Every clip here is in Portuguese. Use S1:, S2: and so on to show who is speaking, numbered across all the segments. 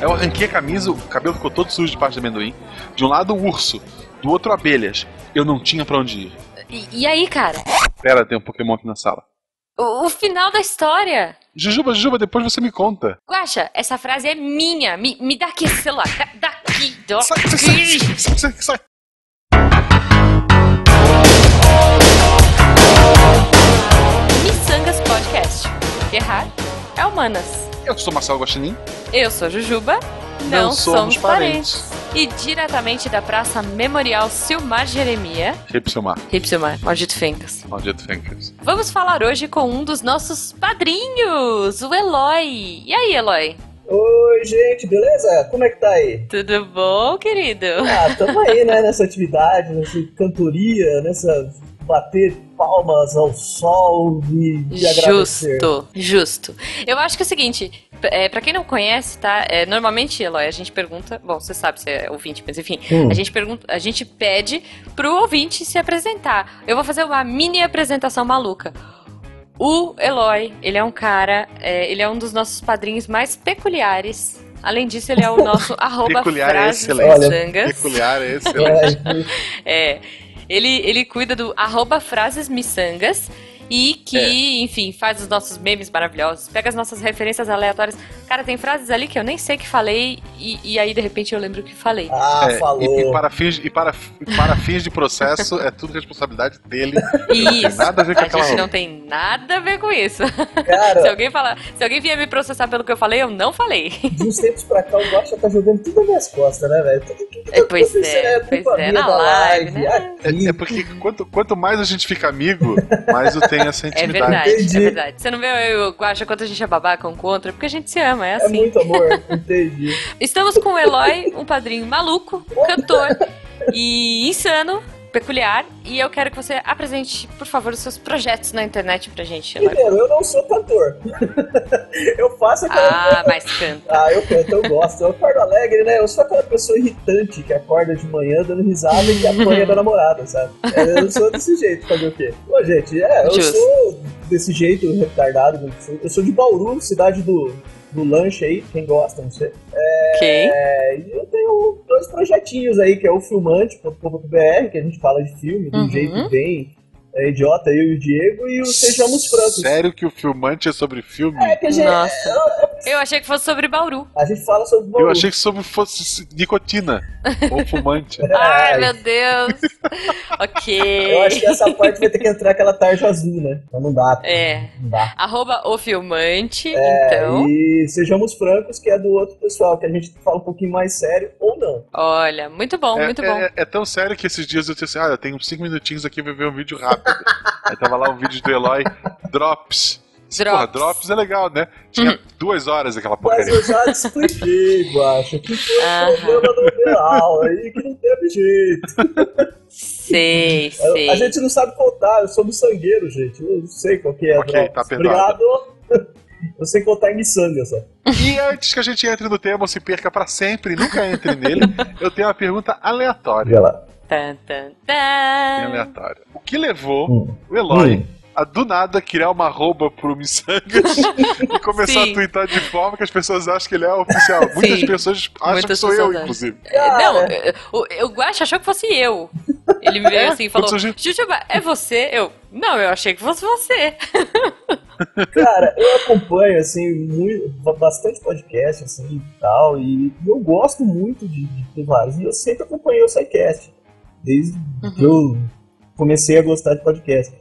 S1: Eu arranquei a camisa, o cabelo ficou todo sujo de parte de amendoim. De um lado, o urso. Do outro, abelhas. Eu não tinha pra onde ir.
S2: E, e aí, cara?
S1: Pera, tem um Pokémon aqui na sala.
S2: O, o final da história.
S1: Jujuba, Jujuba, depois você me conta.
S2: Guaxa, essa frase é minha. Me, me dá aqui esse celular. Da, daqui, dó.
S1: Sai, sai, sai, sai, sai, sai.
S2: Missangas Podcast. Errar é humanas.
S1: Eu sou Marcelo Guaxinim.
S2: Eu sou Jujuba. Não,
S1: Não somos parentes.
S2: E diretamente da Praça Memorial Silmar Jeremia.
S1: Ripsilmar,
S2: Ripsilmar, maldito Fencas.
S1: maldito Fencas.
S2: Vamos falar hoje com um dos nossos padrinhos, o Eloy. E aí, Eloy?
S3: Oi, gente, beleza? Como é que tá aí?
S2: Tudo bom, querido?
S3: Ah, tamo aí, né, nessa atividade, nessa cantoria, nessa bater palmas ao sol e, e agradecer.
S2: Justo, justo. Eu acho que é o seguinte, p- é, para quem não conhece, tá? É, normalmente, Eloy, a gente pergunta. Bom, você sabe se é ouvinte, mas enfim,
S3: Hum.
S2: a gente pergunta, a gente pede pro ouvinte se apresentar. Eu vou fazer uma mini apresentação maluca. O Eloy, ele é um cara, é, ele é um dos nossos padrinhos mais peculiares. Além disso, ele é o nosso arroba
S1: Peculiar é
S2: frases
S1: excelente.
S2: miçangas.
S1: Peculiar é esse. né?
S3: É,
S2: É. Ele, ele cuida do arroba frases miçangas e que,
S3: É.
S2: enfim, faz os nossos memes maravilhosos, pega as nossas referências aleatórias. Cara, tem frases ali que eu nem sei que falei e, e aí de repente eu lembro que falei.
S3: ah,
S1: É,
S3: falou.
S1: e, e para fins, e para, e para fins de processo, é tudo responsabilidade dele.
S2: E isso.
S1: Nada a ver com
S2: A
S1: aquela
S2: gente
S1: roupa.
S2: não tem nada a ver com isso. Se
S3: Cara,
S2: alguém falar, se alguém vier me processar pelo que eu falei, eu não falei.
S3: de uns tempos pra cá o Guaxa tá jogando tudo nas minhas costas, né, velho? Tudo, tudo, tudo,
S2: Pois
S3: isso
S2: é,
S3: né? culpa
S2: pois é,
S3: minha
S2: na
S3: da
S2: live, né?
S3: aqui.
S1: É, é porque quanto, quanto mais a gente fica amigo, mais eu tenho essa
S2: É
S1: intimidade.
S2: verdade,
S3: Entendi.
S2: é verdade. Você não vê eu, eu acho quanto a gente é babaca um com o outro? É porque a gente se ama, é
S3: É
S2: assim.
S3: muito amor, entendi.
S2: Estamos com o Eloy, um padrinho maluco, cantor e insano, peculiar. E eu quero que você apresente, por favor, os seus projetos na internet pra gente, Eloy.
S3: Primeiro, eu não sou cantor. eu faço aquela
S2: Ah, mas canta.
S3: Ah, eu canto, eu gosto. Eu acordo alegre, né? Eu sou aquela pessoa irritante que acorda de manhã dando risada e que apanha da namorada, sabe? É, Eu sou desse jeito, fazer o quê? Bom, gente, é, eu
S2: Justo.
S3: sou desse jeito, retardado. como que sou. Eu sou de Bauru, cidade do, do lanche aí, quem gosta, não sei.
S2: Ok.
S3: É, e eu tenho dois projetinhos aí, que é o filmante.com.br, que a gente fala de filme, de um
S2: Uhum.
S3: jeito bem é, idiota, eu e o Diego, e o Sejamos Francos.
S1: Sério que o filmante é sobre filme?
S3: É que a gente,
S2: Nossa. Eu achei que fosse sobre Bauru.
S3: a gente fala sobre Bauru.
S1: Eu achei que sobre fosse nicotina ou fumante.
S2: Ai,
S3: Ai.
S2: meu Deus.
S3: É. Eu acho
S2: Ok.
S3: que essa parte vai ter que entrar aquela tarja azul, né? Mas não dá,
S2: É.
S3: não dá.
S2: Arroba o filmante, então.
S3: É, E sejamos francos, que é do outro pessoal, que a gente fala um pouquinho mais sério ou não.
S2: Olha, muito bom,
S1: é,
S2: muito
S1: é-
S2: bom.
S1: é- é tão sério que esses dias eu disse assim: ah, eu tenho cinco minutinhos aqui pra ver um vídeo rápido. Aí tava lá um vídeo do Eloy, Drops.
S2: Drops.
S1: Porra, Drops é legal, né? Tinha duas horas aquela
S3: Mas
S1: porcaria.
S3: eu já te expliquei, Guacha, que foi o
S2: Aham.
S3: problema do Bial aí, que não teve jeito.
S2: Sei,
S3: A
S2: sei.
S3: gente não sabe contar, eu sou do sangueiro, gente. Eu não sei qual que é.
S1: Ok,
S3: droga.
S1: tá perdoado.
S3: Obrigado. Eu sei contar em miçanga só.
S1: E antes que a gente entre no tema ou se perca pra sempre, nunca entre nele, eu tenho uma pergunta aleatória.
S3: Olha lá.
S2: Tan, tan,
S1: Bem
S2: tan.
S1: aleatória. O que levou
S3: Hum.
S1: o Eloy
S3: Hum.
S1: a do nada criar uma arroba pro Missangas e começar
S2: Sim.
S1: a twittar de forma que as pessoas acham que ele é oficial. Muitas
S2: Sim.
S1: pessoas acham
S2: Muitas
S1: que sou
S2: pessoas
S1: eu,
S2: acham.
S1: inclusive.
S2: É, Não,
S3: Cara. É?
S2: eu- o, o Guacha achou que fosse eu. Ele me veio assim e falou:
S1: Quando surgiu-
S2: Jujuba, é você? Eu, não, eu achei que fosse você.
S3: Cara, eu acompanho, assim, muito, ba- bastante podcast, assim, e tal, e eu gosto muito de, de ter vários, e eu sempre acompanhei o SciCast, desde que eu comecei a gostar de podcast.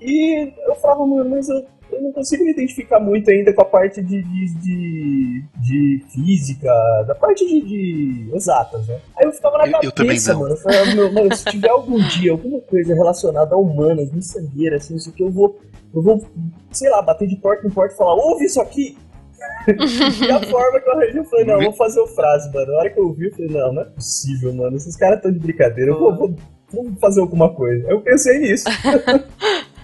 S3: E eu falava, mano, mas eu, eu não consigo me identificar muito ainda com a parte de, de, de, de física, da parte de, de exatas, né? Aí eu ficava na
S1: Eu- eu
S3: cabeça,
S1: também não.
S3: mano, eu falava, meu, mano, se tiver algum dia alguma coisa relacionada a humanas, miçangueira, assim, isso que eu vou... Eu vou, sei lá, bater de porta em porta e falar, ouve isso aqui! e a forma que eu arranjei, eu falei, não, eu vou fazer o frase, mano. A hora que eu ouvi, eu falei, não, não é possível, mano. Esses caras estão de brincadeira, eu vou, vou, vou fazer alguma coisa. Eu pensei nisso.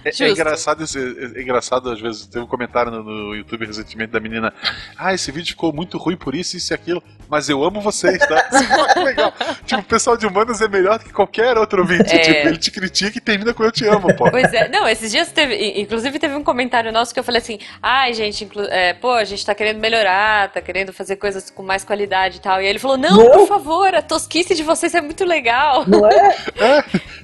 S1: É,
S2: Justo.
S1: é engraçado, esse- é, é engraçado, às vezes, teve um comentário no, no YouTube recentemente da menina. Ah, esse vídeo ficou muito ruim por isso, isso e aquilo, mas eu amo vocês, tá? que legal. Tipo, o pessoal de humanas é melhor que qualquer outro vídeo.
S2: É.
S1: Tipo, ele te critica e termina com eu te amo, pô.
S2: Pois é, não, esses dias teve, i- inclusive teve um comentário nosso que eu falei assim, ai gente, inclu- é, pô, a gente tá querendo melhorar, tá querendo fazer coisas com mais qualidade e tal. E aí ele falou, não,
S3: Não.
S2: por favor, a tosquice de vocês é muito legal.
S3: Não é?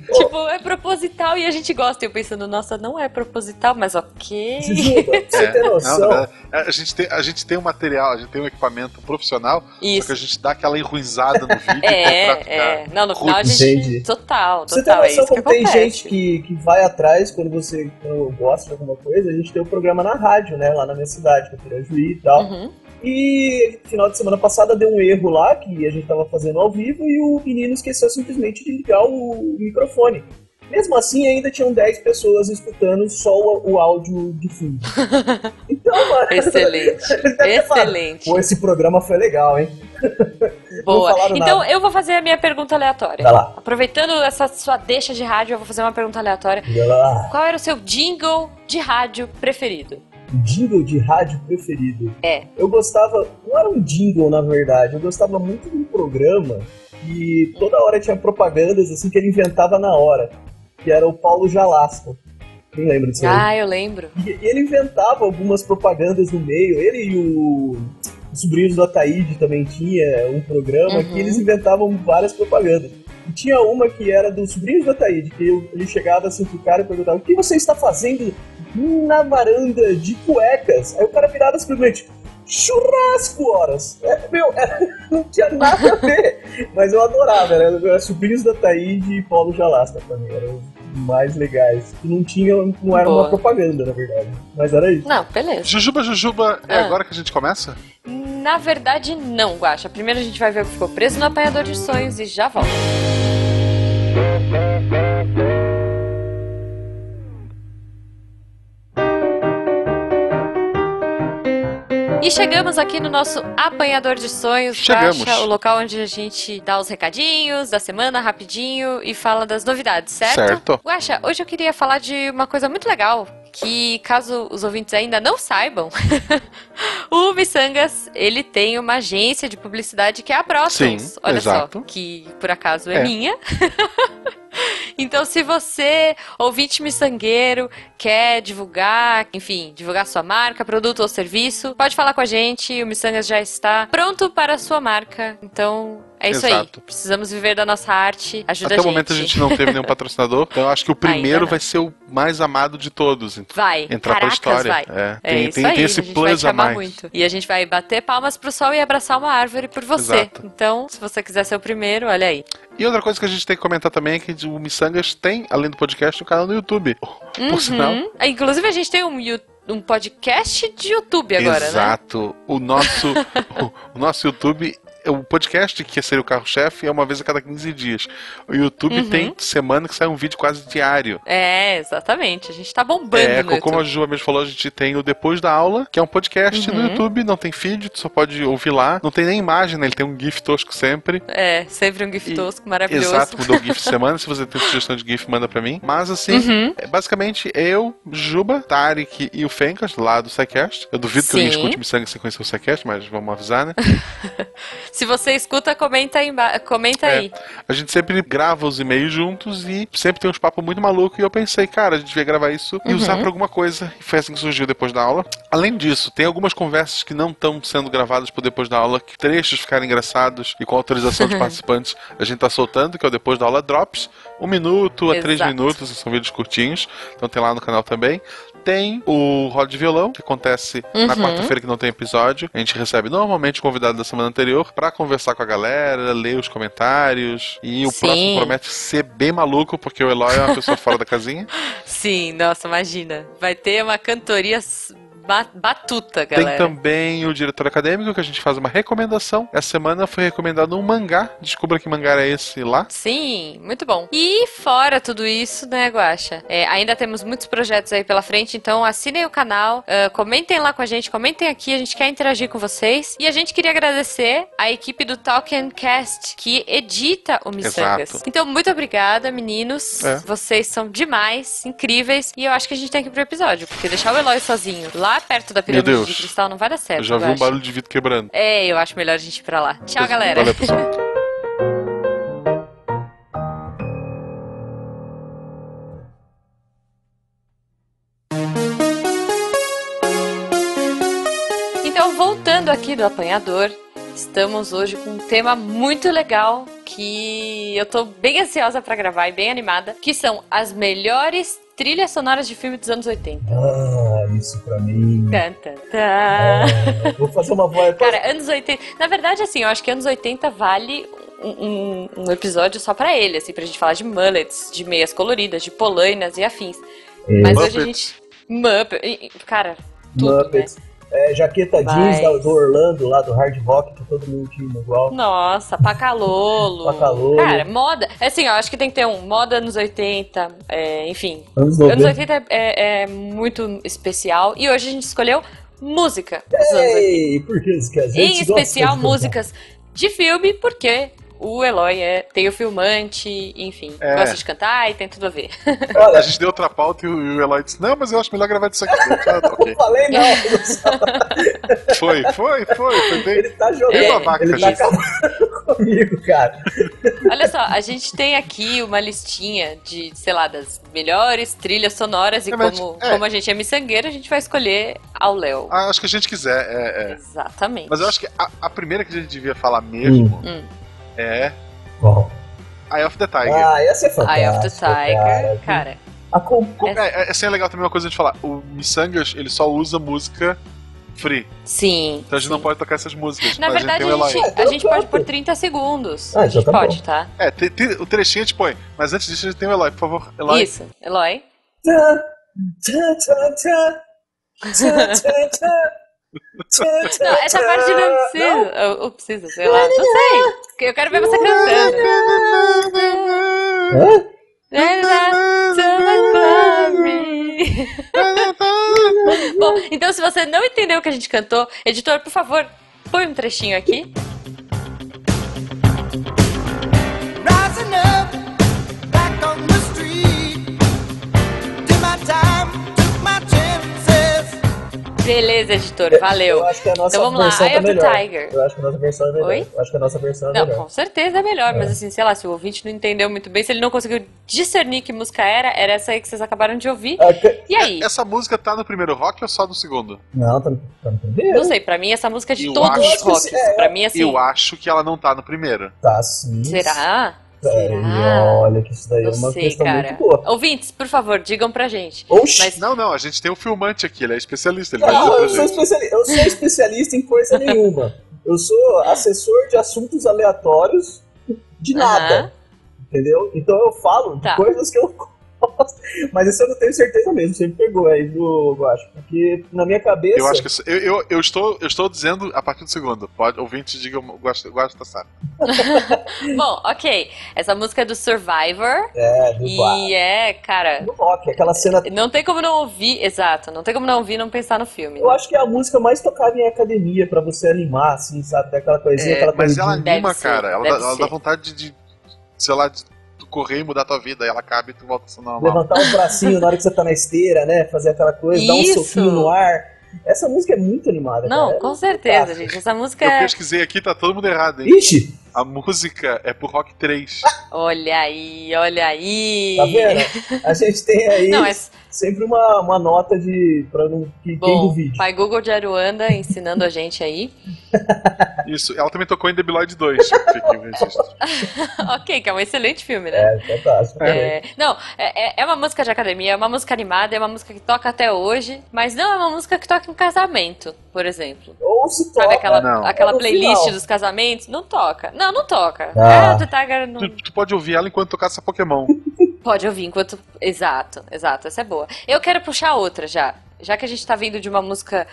S3: Oh.
S2: tipo, é proposital e a gente gosta. E eu pensando, nossa, não é proposital, mas ok.
S3: Se Juba, pra você ter
S1: É,
S3: noção.
S1: não, na verdade, a, gente tem, a gente tem um material, a gente tem um equipamento profissional, só que
S2: Isso.
S1: a gente dá aquela enruizada no vídeo pra ficar.
S2: É, é. Não, no final a gente.
S3: Entendi.
S2: Total, total.
S3: Você tem
S2: é isso
S3: noção
S2: que
S3: como tem
S2: acontece.
S3: gente que, que vai atrás quando você quando gosta de alguma coisa? A gente tem um programa na rádio, né? Lá na minha cidade, que eu queria juiz e tal.
S2: Uhum.
S3: E final de semana passada deu um erro lá, que a gente tava fazendo ao vivo, e o menino esqueceu simplesmente de ligar o microfone. Mesmo assim, ainda tinham 10 pessoas escutando só o, o áudio de fundo. Então, mano.
S2: Excelente.
S3: ele deve ter falado,
S2: Excelente.
S3: Pô, esse programa foi legal, hein?
S2: Boa.
S3: não falaram
S2: Então
S3: nada. Tá.
S2: eu vou fazer a minha pergunta aleatória.
S3: Vai lá.
S2: Aproveitando essa sua deixa de rádio, eu vou fazer uma pergunta aleatória.
S3: Vai lá.
S2: Qual era o seu jingle de rádio preferido?
S3: O jingle de rádio preferido.
S2: É.
S3: Eu gostava. Não era um jingle, na verdade. Eu gostava muito de um programa que toda hora tinha propagandas assim que ele inventava na hora. Que era o Paulo Jalasco. Quem lembra disso aí?
S2: Ah, eu lembro.
S3: E e ele inventava algumas propagandas no meio. Ele e o, o sobrinho do Ataíde também tinha um programa
S2: Uhum.
S3: que eles inventavam várias propagandas. E tinha uma que era do sobrinho do Ataíde, que eu- ele chegava assim pro cara e perguntava: O que você está fazendo na varanda de cuecas? Aí o cara virava simplesmente. Churrasco horas! É, meu, não tinha nada a ver, mas eu adorava, era, era Sobrinhos da Taíde e Paulo Jalasta pra mim, eram os mais legais. Que não tinha, não era
S2: Boa.
S3: uma propaganda, na verdade. Mas era isso.
S2: Não, beleza.
S1: Jujuba, Jujuba, é
S2: Ah.
S1: agora que a gente começa?
S2: Na verdade, não, Guaxa. Primeiro a gente vai ver o que ficou preso no apanhador de sonhos e já volta. E chegamos aqui no nosso apanhador de sonhos,
S1: Chegamos.
S2: Guaxa, o local onde a gente dá os recadinhos da semana rapidinho e fala das novidades, certo?
S1: Certo.
S2: Guaxa, hoje eu queria falar de uma coisa muito legal, que caso os ouvintes ainda não saibam, o Missangas, ele tem uma agência de publicidade que é a Brotons.
S1: Sim,
S2: olha
S1: exato.
S2: só, que por acaso é,
S1: É.
S2: minha. então, se você, ouvinte miçangueiro, quer divulgar, enfim, divulgar sua marca, produto ou serviço, pode falar com a gente. O Missangas já está pronto para a sua marca. Então, é isso
S1: Exato.
S2: aí. Precisamos viver da nossa arte. Ajuda
S1: Até o momento a gente não teve nenhum patrocinador, então eu acho que o
S2: Ainda
S1: primeiro
S2: não.
S1: vai ser o mais amado de todos. Então,
S2: Vai,
S1: entrar
S2: Caracas,
S1: pra história.
S2: vai.
S1: É,
S2: É
S1: tem,
S2: isso
S1: tem,
S2: aí,
S1: tem esse
S2: a gente vai
S1: plus
S2: te
S1: a
S2: amar
S1: mais.
S2: muito. E a gente vai bater palmas pro sol e abraçar uma árvore por você.
S1: Exato.
S2: Então, se você quiser ser o primeiro, olha aí.
S1: E outra coisa que a gente tem que comentar também é que o Missangas tem, além do podcast, um canal no YouTube.
S2: Uhum.
S1: sinal.
S2: Inclusive, a gente tem um, Yu- um podcast de YouTube agora, né?
S1: Exato. O nosso o, o nosso YouTube é o podcast que seria o carro-chefe é uma vez a cada 15 dias. O YouTube
S2: Uhum.
S1: tem semana que sai um vídeo quase diário.
S2: É, exatamente. A gente tá bombando
S1: É,
S2: no
S1: como a
S2: YouTube.
S1: Ju mesmo falou, a gente tem o Depois da Aula, que é um podcast
S2: Uhum.
S1: no YouTube, não tem feed, tu só pode ouvir lá. Não tem nem imagem, né? Ele tem um GIF tosco sempre.
S2: É, sempre um gif
S1: E-
S2: tosco, maravilhoso.
S1: Exato, mudou o GIF semana. Se você tem sugestão de GIF, manda pra mim. Mas assim,
S2: Uhum.
S1: é basicamente eu, Juba, Tarek e o Fencas, lá do SciCast. Eu duvido que alguém
S2: Sim.
S1: escute Missangas sem conhecer o SciCast, mas vamos avisar, né?
S2: Se você escuta, comenta aí. emba- Comenta
S1: É.
S2: aí.
S1: A gente sempre grava os e-mails juntos e sempre tem uns papos muito malucos. E eu pensei, cara, a gente devia gravar isso e
S2: Uhum.
S1: usar pra alguma coisa. E foi assim que surgiu depois da aula. Além disso, tem algumas conversas que não estão sendo gravadas por depois da aula, que trechos ficaram engraçados e com autorização dos participantes a gente tá soltando, que é o depois da aula Drops. Um minuto a três
S2: Exato.
S1: minutos, são vídeos curtinhos, então tem lá no canal também. Tem o Roda de Violão, que acontece na
S2: Uhum.
S1: quarta-feira que não tem episódio. A gente recebe normalmente o convidado da semana anterior pra conversar com a galera, ler os comentários. E o
S2: Sim.
S1: próximo promete ser bem maluco, porque o Eloy é uma pessoa fora da casinha.
S2: Sim, nossa, imagina. Vai ter uma cantoria s- ba- batuta,
S1: Tem
S2: galera.
S1: também o diretor acadêmico, que a gente faz uma recomendação. Essa semana foi recomendado um mangá. Descubra que mangá é esse lá.
S2: Sim, muito bom. E fora tudo isso, né, Guaxa? É, ainda temos muitos projetos aí pela frente, então assinem o canal, ah, comentem lá com a gente, comentem aqui, a gente quer interagir com vocês. E a gente queria agradecer a equipe do Talking Cast, que edita o Missangas.
S1: Exato.
S2: Então, muito obrigada, meninos.
S1: É.
S2: Vocês são demais, incríveis. E eu acho que a gente tem que ir pro episódio, porque deixar o Eloy sozinho lá perto da pirâmide
S1: Deus.
S2: de cristal não vai dar certo.
S1: Eu já vi um
S2: Guaxa.
S1: barulho de vidro quebrando.
S2: É, eu acho melhor a gente ir pra lá. Tchau, galera.
S1: Valeu, pessoal.
S2: Então, voltando aqui do apanhador, estamos hoje com um tema muito legal que eu tô bem ansiosa pra gravar e bem animada, que são as melhores trilhas sonoras de filme dos anos 80.
S3: Ah, isso pra mim.
S2: Tan, tan, tan.
S3: Ah, vou fazer uma voz.
S2: Cara, anos 80. Na verdade, assim, eu acho que anos 80 vale um, um- um episódio só pra ele, assim, pra gente falar de mullets, de meias coloridas, de polainas e afins. Mas hoje a gente. Muppet. Cara, tudo, né?
S3: Muppets. É, jaqueta
S2: Mas-
S3: jeans da- do Orlando, lá do Hard Rock, que todo mundo tinha igual.
S2: Nossa, pacalolo.
S3: Pacalolo.
S2: Cara, moda. é Assim, eu acho que tem que ter um moda anos 80, é, enfim.
S3: Anos
S2: Anos 80
S3: 90.
S2: é, é- é muito especial. E hoje a gente escolheu música dos anos 80.
S3: Ei, por isso que a gente
S2: Em
S3: gosta
S2: especial
S3: de-
S2: músicas de filme, porque o Eloy é, tem o filmante, enfim,
S1: É.
S2: gosta de cantar e tem tudo a ver.
S1: A gente deu outra pauta e o e o Eloy disse: Não, mas eu acho melhor gravar disso aqui. Eu, "Ah, tá, ok."
S3: Não falei não,
S1: Foi, foi, foi. Foi bem.
S3: ele tá jogando.
S1: Bem babaca,
S3: ele tá
S1: gente.
S3: acabando comigo, cara.
S2: Olha só, a gente tem aqui uma listinha de, sei lá, das melhores trilhas sonoras e
S1: É, mas-
S2: como,
S1: é.
S2: como a gente é miçangueiro, a gente vai escolher ao Léo.
S1: Ah, acho que a gente quiser. É, é.
S2: Exatamente.
S1: Mas eu acho que a, a primeira que a gente devia falar mesmo
S2: Hum.
S1: é
S3: Bom,
S1: Eye of the Tiger.
S3: ah, essa é
S2: Eye
S3: fantástica.
S2: of the
S3: Cara.
S2: Tiger, cara.
S3: A com-
S1: Como- é, é, essa é legal também uma coisa de falar. O Missangas, ele só usa música free.
S2: Sim.
S1: Então a gente
S2: sim.
S1: não pode tocar essas músicas.
S2: Na
S1: mas
S2: verdade,
S1: a gente tem o
S2: a
S1: Eloy.
S2: gente, a gente pode por 30 segundos.
S3: Ah,
S2: a
S3: já
S2: gente
S3: tá bom.
S2: pode, tá?
S1: É, tem- tem- o trechinho a gente põe. Mas antes disso, a gente tem o Eloy, por favor. Eloy.
S2: Isso, Eloy.
S3: Tã, tã, tã, tã. Tã, tã, tã. Tã, tã,
S2: Não, essa
S3: tã.
S2: parte não precisa. Ou, ou precisa, sei lá. Não sei. Eu quero ver você cantando.
S3: Hã?
S2: Bom, então se você não entendeu o que a gente cantou, editor, por favor, põe um trechinho aqui.
S4: Rising up, back on the street. Did my time, took my chances.
S2: Beleza, editor, valeu.
S3: Eu acho que a nossa
S2: Então vamos lá,
S3: versão
S2: Eye
S3: tá
S2: of the
S3: melhor.
S2: Tiger.
S3: Eu acho que a nossa versão é melhor.
S2: Oi?
S3: Eu acho que a nossa versão é
S2: Não,
S3: melhor.
S2: com certeza é melhor, mas assim, sei lá, se o ouvinte não entendeu muito bem, se ele não conseguiu discernir que música era, era essa aí que vocês acabaram de ouvir.
S3: Ah, que-
S2: E aí?
S1: Essa música tá no primeiro rock ou só no segundo?
S3: Não, tá no tá no
S2: Não
S3: primeiro.
S2: sei, pra mim essa música é de
S1: Eu
S2: todos
S1: acho
S2: os
S1: que
S2: rocks.
S3: sim, é.
S2: Pra mim, assim,
S1: Eu acho que ela não tá no primeiro.
S3: Tá sim.
S2: será?
S3: Sério,
S2: Será?
S3: olha que isso daí
S2: Não
S3: é uma
S2: sei,
S3: questão
S2: cara.
S3: muito boa.
S2: Ouvintes, por favor, digam pra gente.
S3: Oxi!
S2: Mas-
S1: Não, não, a gente tem um filmante aqui, ele é especialista, ele vai
S3: Não,
S1: dizer pra
S3: eu, sou
S1: gente.
S3: especiali- eu sou especialista em coisa nenhuma. Eu sou assessor de assuntos aleatórios de nada,
S2: Aham.
S3: entendeu? Então eu falo
S2: Tá.
S3: de coisas que eu gosto. Mas isso eu não tenho certeza mesmo, você me pegou aí, viu, eu acho. Porque na minha cabeça.
S1: Eu acho que isso- eu, eu, eu estou, eu estou dizendo a partir do segundo. Pode, ouvinte, diga, gosta, gosta, sabe.
S2: Bom, ok. Essa música é do Survivor.
S3: É, do bar.
S2: E é, cara,
S3: Do rock, aquela cena.
S2: não tem como não ouvir. Exato, não tem como não ouvir e não pensar no filme.
S3: Eu acho que é a música mais tocada em academia pra você animar, assim, sabe? Tem aquela coisinha,
S2: É,
S3: aquela
S1: Mas
S3: coisinha.
S1: ela
S2: Deve
S1: anima,
S2: ser,
S1: cara. Ela, dá,
S2: deve
S1: ela
S2: ser.
S1: dá vontade de, de, sei lá, de tu correr e mudar tua vida. E ela acaba e tu volta assim, a ser normal.
S3: Levantar um bracinho na hora que você tá na esteira, né? Fazer aquela coisa, dar um
S2: Isso.
S3: soquinho no ar. Essa música é muito animada.
S2: Não,
S3: cara.
S2: com certeza, gente. Essa música
S1: Eu
S2: é.
S1: pesquisei aqui, tá todo mundo errado, hein?
S3: Ixi,
S1: A música é pro Rock 3.
S2: Olha aí, olha aí.
S3: tá vendo? É A gente tem aí
S2: Não, mas,
S3: sempre uma, uma nota de. pra não que quem
S2: bom,
S3: duvide.
S2: pai Google de Aruanda ensinando a gente aí.
S1: Isso. Ela também tocou em The Tipo, Beloid 2. Fica o registro.
S2: ok, que é um excelente filme, né?
S3: É, fantástico.
S2: É, não, é, é- é uma música de academia, é uma múca animada, é uma música que toca até hoje, mas não é uma música que toca em casamento, por exemplo.
S3: Ou se
S2: Sabe
S3: toca.
S2: aquela,
S1: não.
S2: aquela
S3: No
S2: playlist
S3: final.
S2: dos casamentos? Não toca. Não, não toca.
S3: Ah.
S2: Ah, The Tiger não
S1: Tu, tu pode ouvir ela enquanto tocar essa Pokémon.
S2: pode ouvir enquanto. Exato, exato, essa é boa. Eu quero puxar outra já. já que a gente tá vindo de uma música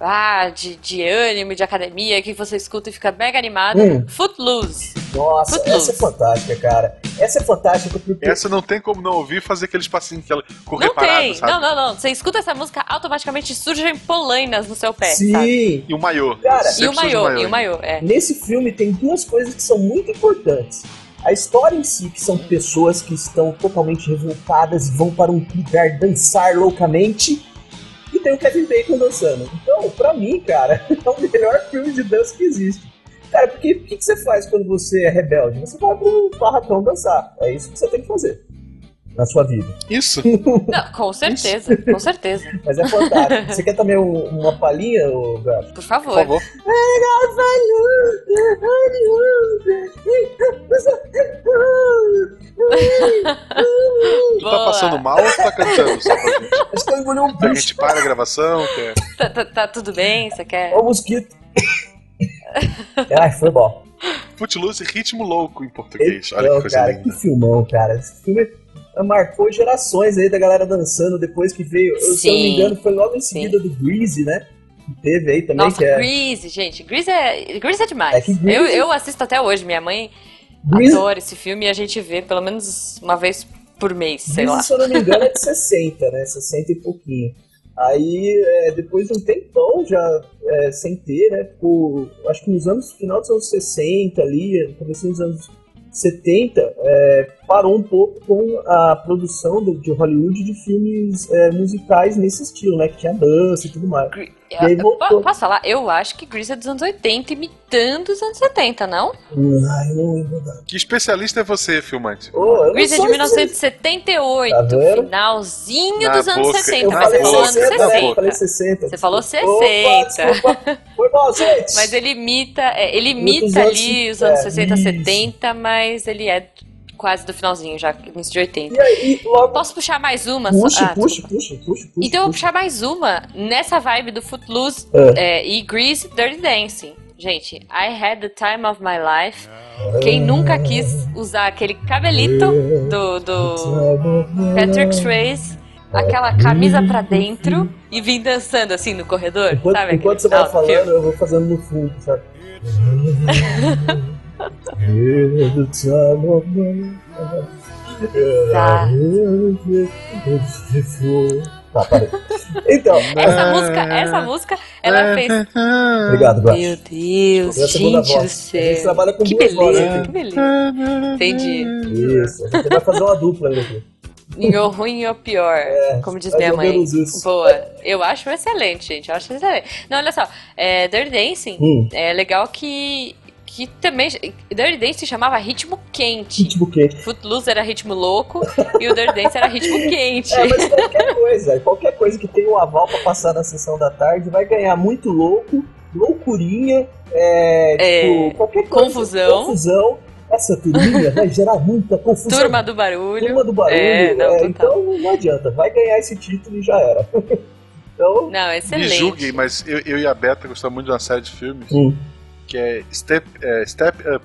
S2: ah, de, de anime, de academia, que você escuta e fica mega animado,
S3: Hum.
S2: Footloose.
S3: Nossa,
S2: Footloose.
S3: essa é fantástica, cara. Essa é fantástica porque
S1: Essa não tem como não ouvir e fazer aquele espacinho que ela correr
S2: não
S1: parado,
S2: tem!
S1: sabe?
S2: Não, não, não. Você escuta essa música, automaticamente surgem polainas no seu pé, É, sabe?
S3: Sim,
S1: E o maiô.
S3: Cara,
S2: E o
S1: Sempre surge
S2: maiô, e o maiô, é.
S3: nesse filme tem duas coisas que são muito importantes. A história em si, que são pessoas que estão totalmente revoltadas e vão para um lugar dançar loucamente. E tem o Kevin Bacon dançando. Então, pra mim, cara, é o melhor filme de dança que existe. Cara, porque o que, que você faz quando você é rebelde? Você vai pro barracão dançar. É isso que você tem que fazer na sua vida.
S1: Isso.
S2: Não, com certeza, com certeza.
S3: Mas é fantástico. você quer também um- uma palhinha, ô, Gabi?
S2: Por
S1: Por
S2: favor.
S1: favor. Tu tá
S2: Boa.
S1: passando mal ou tu tá cantando? Só pra gente.
S3: Acho que eu engoli um
S1: A
S3: bicho.
S1: gente para a gravação, é quer.
S2: Tá, tá- tá tudo bem? Você quer?
S3: Ó o mosquito. Ai, foi bom.
S1: Footloose e ritmo louco em português. Olha
S3: Então,
S1: que coisa
S3: cara,
S1: linda.
S3: que filmão, cara. Esse filme marcou gerações aí da galera dançando depois que veio. eu- Se eu não me
S2: Sim.
S3: engano, foi logo em seguida do Greasy, né? Que teve aí também,
S2: Nossa,
S3: que é.
S2: Grease, gente. Grease é, Grease é demais.
S3: É que Grease-
S2: Eu, eu assisto até hoje. Minha mãe
S3: Greasy,
S2: adora esse filme e a gente vê pelo menos uma vez por mês, sei lá.
S3: Greasy, se eu não me engano, é de 60, né? 60 e pouquinho. Aí, é, depois de um tempão já é, sem ter, né? Ficou, acho que nos anos, final dos anos 60 ali, comecei nos anos 70, é, parou um pouco com a produção do- de Hollywood de filmes é, musicais nesse estilo, né? Que tinha dança e tudo mais.
S2: Gre-
S3: aí
S2: Eu-
S3: voltou.
S2: po- Posso falar? Eu acho que Grease é dos anos 80, imitando os anos 70, não?
S3: Ai, eu não lembro da...
S1: Que especialista é você, filmante?
S3: Oh, eu não
S2: Grease é
S3: sou
S2: de
S3: especialista.
S2: 1978,
S3: Tá vendo?
S2: finalzinho
S1: Na
S2: dos anos
S1: boca.
S2: 60.
S3: Eu
S1: Na
S2: Você
S3: falei
S2: falou anos
S3: 60, né? Eu
S2: 60.
S3: falei 60.
S2: Você falou
S3: desculpa.
S2: 60.
S3: Opa, desculpa. Foi mal, gente.
S2: Mas ele imita, é, ele
S3: Imita os
S2: imita
S3: anos
S2: ali os anos 60,
S3: isso.
S2: 70, mas ele é quase do finalzinho já, início de 80.
S3: E aí, logo...
S2: Posso puxar mais uma? só?
S3: Puxa,
S2: Ah,
S3: puxa,
S2: desculpa.
S3: puxa, puxa, puxa.
S2: Então eu vou
S3: puxa.
S2: puxar mais uma nessa vibe do Footloose
S3: Ah.
S2: é, e Grease Dirty Dancing. Gente, I had the time of my life.
S3: É.
S2: Quem nunca quis usar aquele cabelito
S3: É.
S2: do, do Patrick Swayze, aquela camisa pra dentro e vir dançando assim no corredor?
S3: Enquanto,
S2: sabe?
S3: enquanto
S2: aquele
S3: você vai
S2: final do filme?
S3: falando, eu vou fazendo no fundo, sabe?
S2: Ah. Tá.
S3: Tá, parei. Então,
S2: Essa música, essa música,
S1: É.
S2: ela fez.
S3: obrigado, Guax.
S2: Meu Deus,
S3: É a segunda
S2: gente do
S3: voz. A gente é
S2: céu.
S3: trabalha com
S2: Que
S3: duas vozes
S2: beleza,
S3: aqui.
S2: que beleza. Entendi.
S3: Isso, a gente vai fazer uma dupla aí né? aqui.
S2: Nem o ruim e o pior, como diz
S3: mais
S2: minha
S3: ou
S2: mãe.
S3: menos isso.
S2: Boa. Eu acho excelente, gente. Eu acho excelente. Não, olha só. É, Dirty Dancing
S3: Hum,
S2: é legal que. Que também. Dirty Dancing chamava ritmo quente.
S3: tipo o quê?
S2: Footloose era ritmo louco e o Dirty Dancing era ritmo quente.
S3: É, mas qualquer coisa, qualquer coisa que tenha um aval pra passar na sessão da tarde vai ganhar muito louco, loucurinha, é,
S2: É,
S3: tipo, qualquer coisa.
S2: confusão.
S3: Confusão. Essa turminha vai gerar muita confusão.
S2: Turma do barulho.
S3: Turma do barulho.
S2: É, não,
S3: é,
S2: total.
S3: então não adianta, vai ganhar esse título e já era. então,
S2: Não,
S1: Me julguem,
S2: excelente.
S1: mas eu, eu e a Beta gostamos muito de uma série de filmes
S3: Hum.
S1: que é Step, é, Step Up.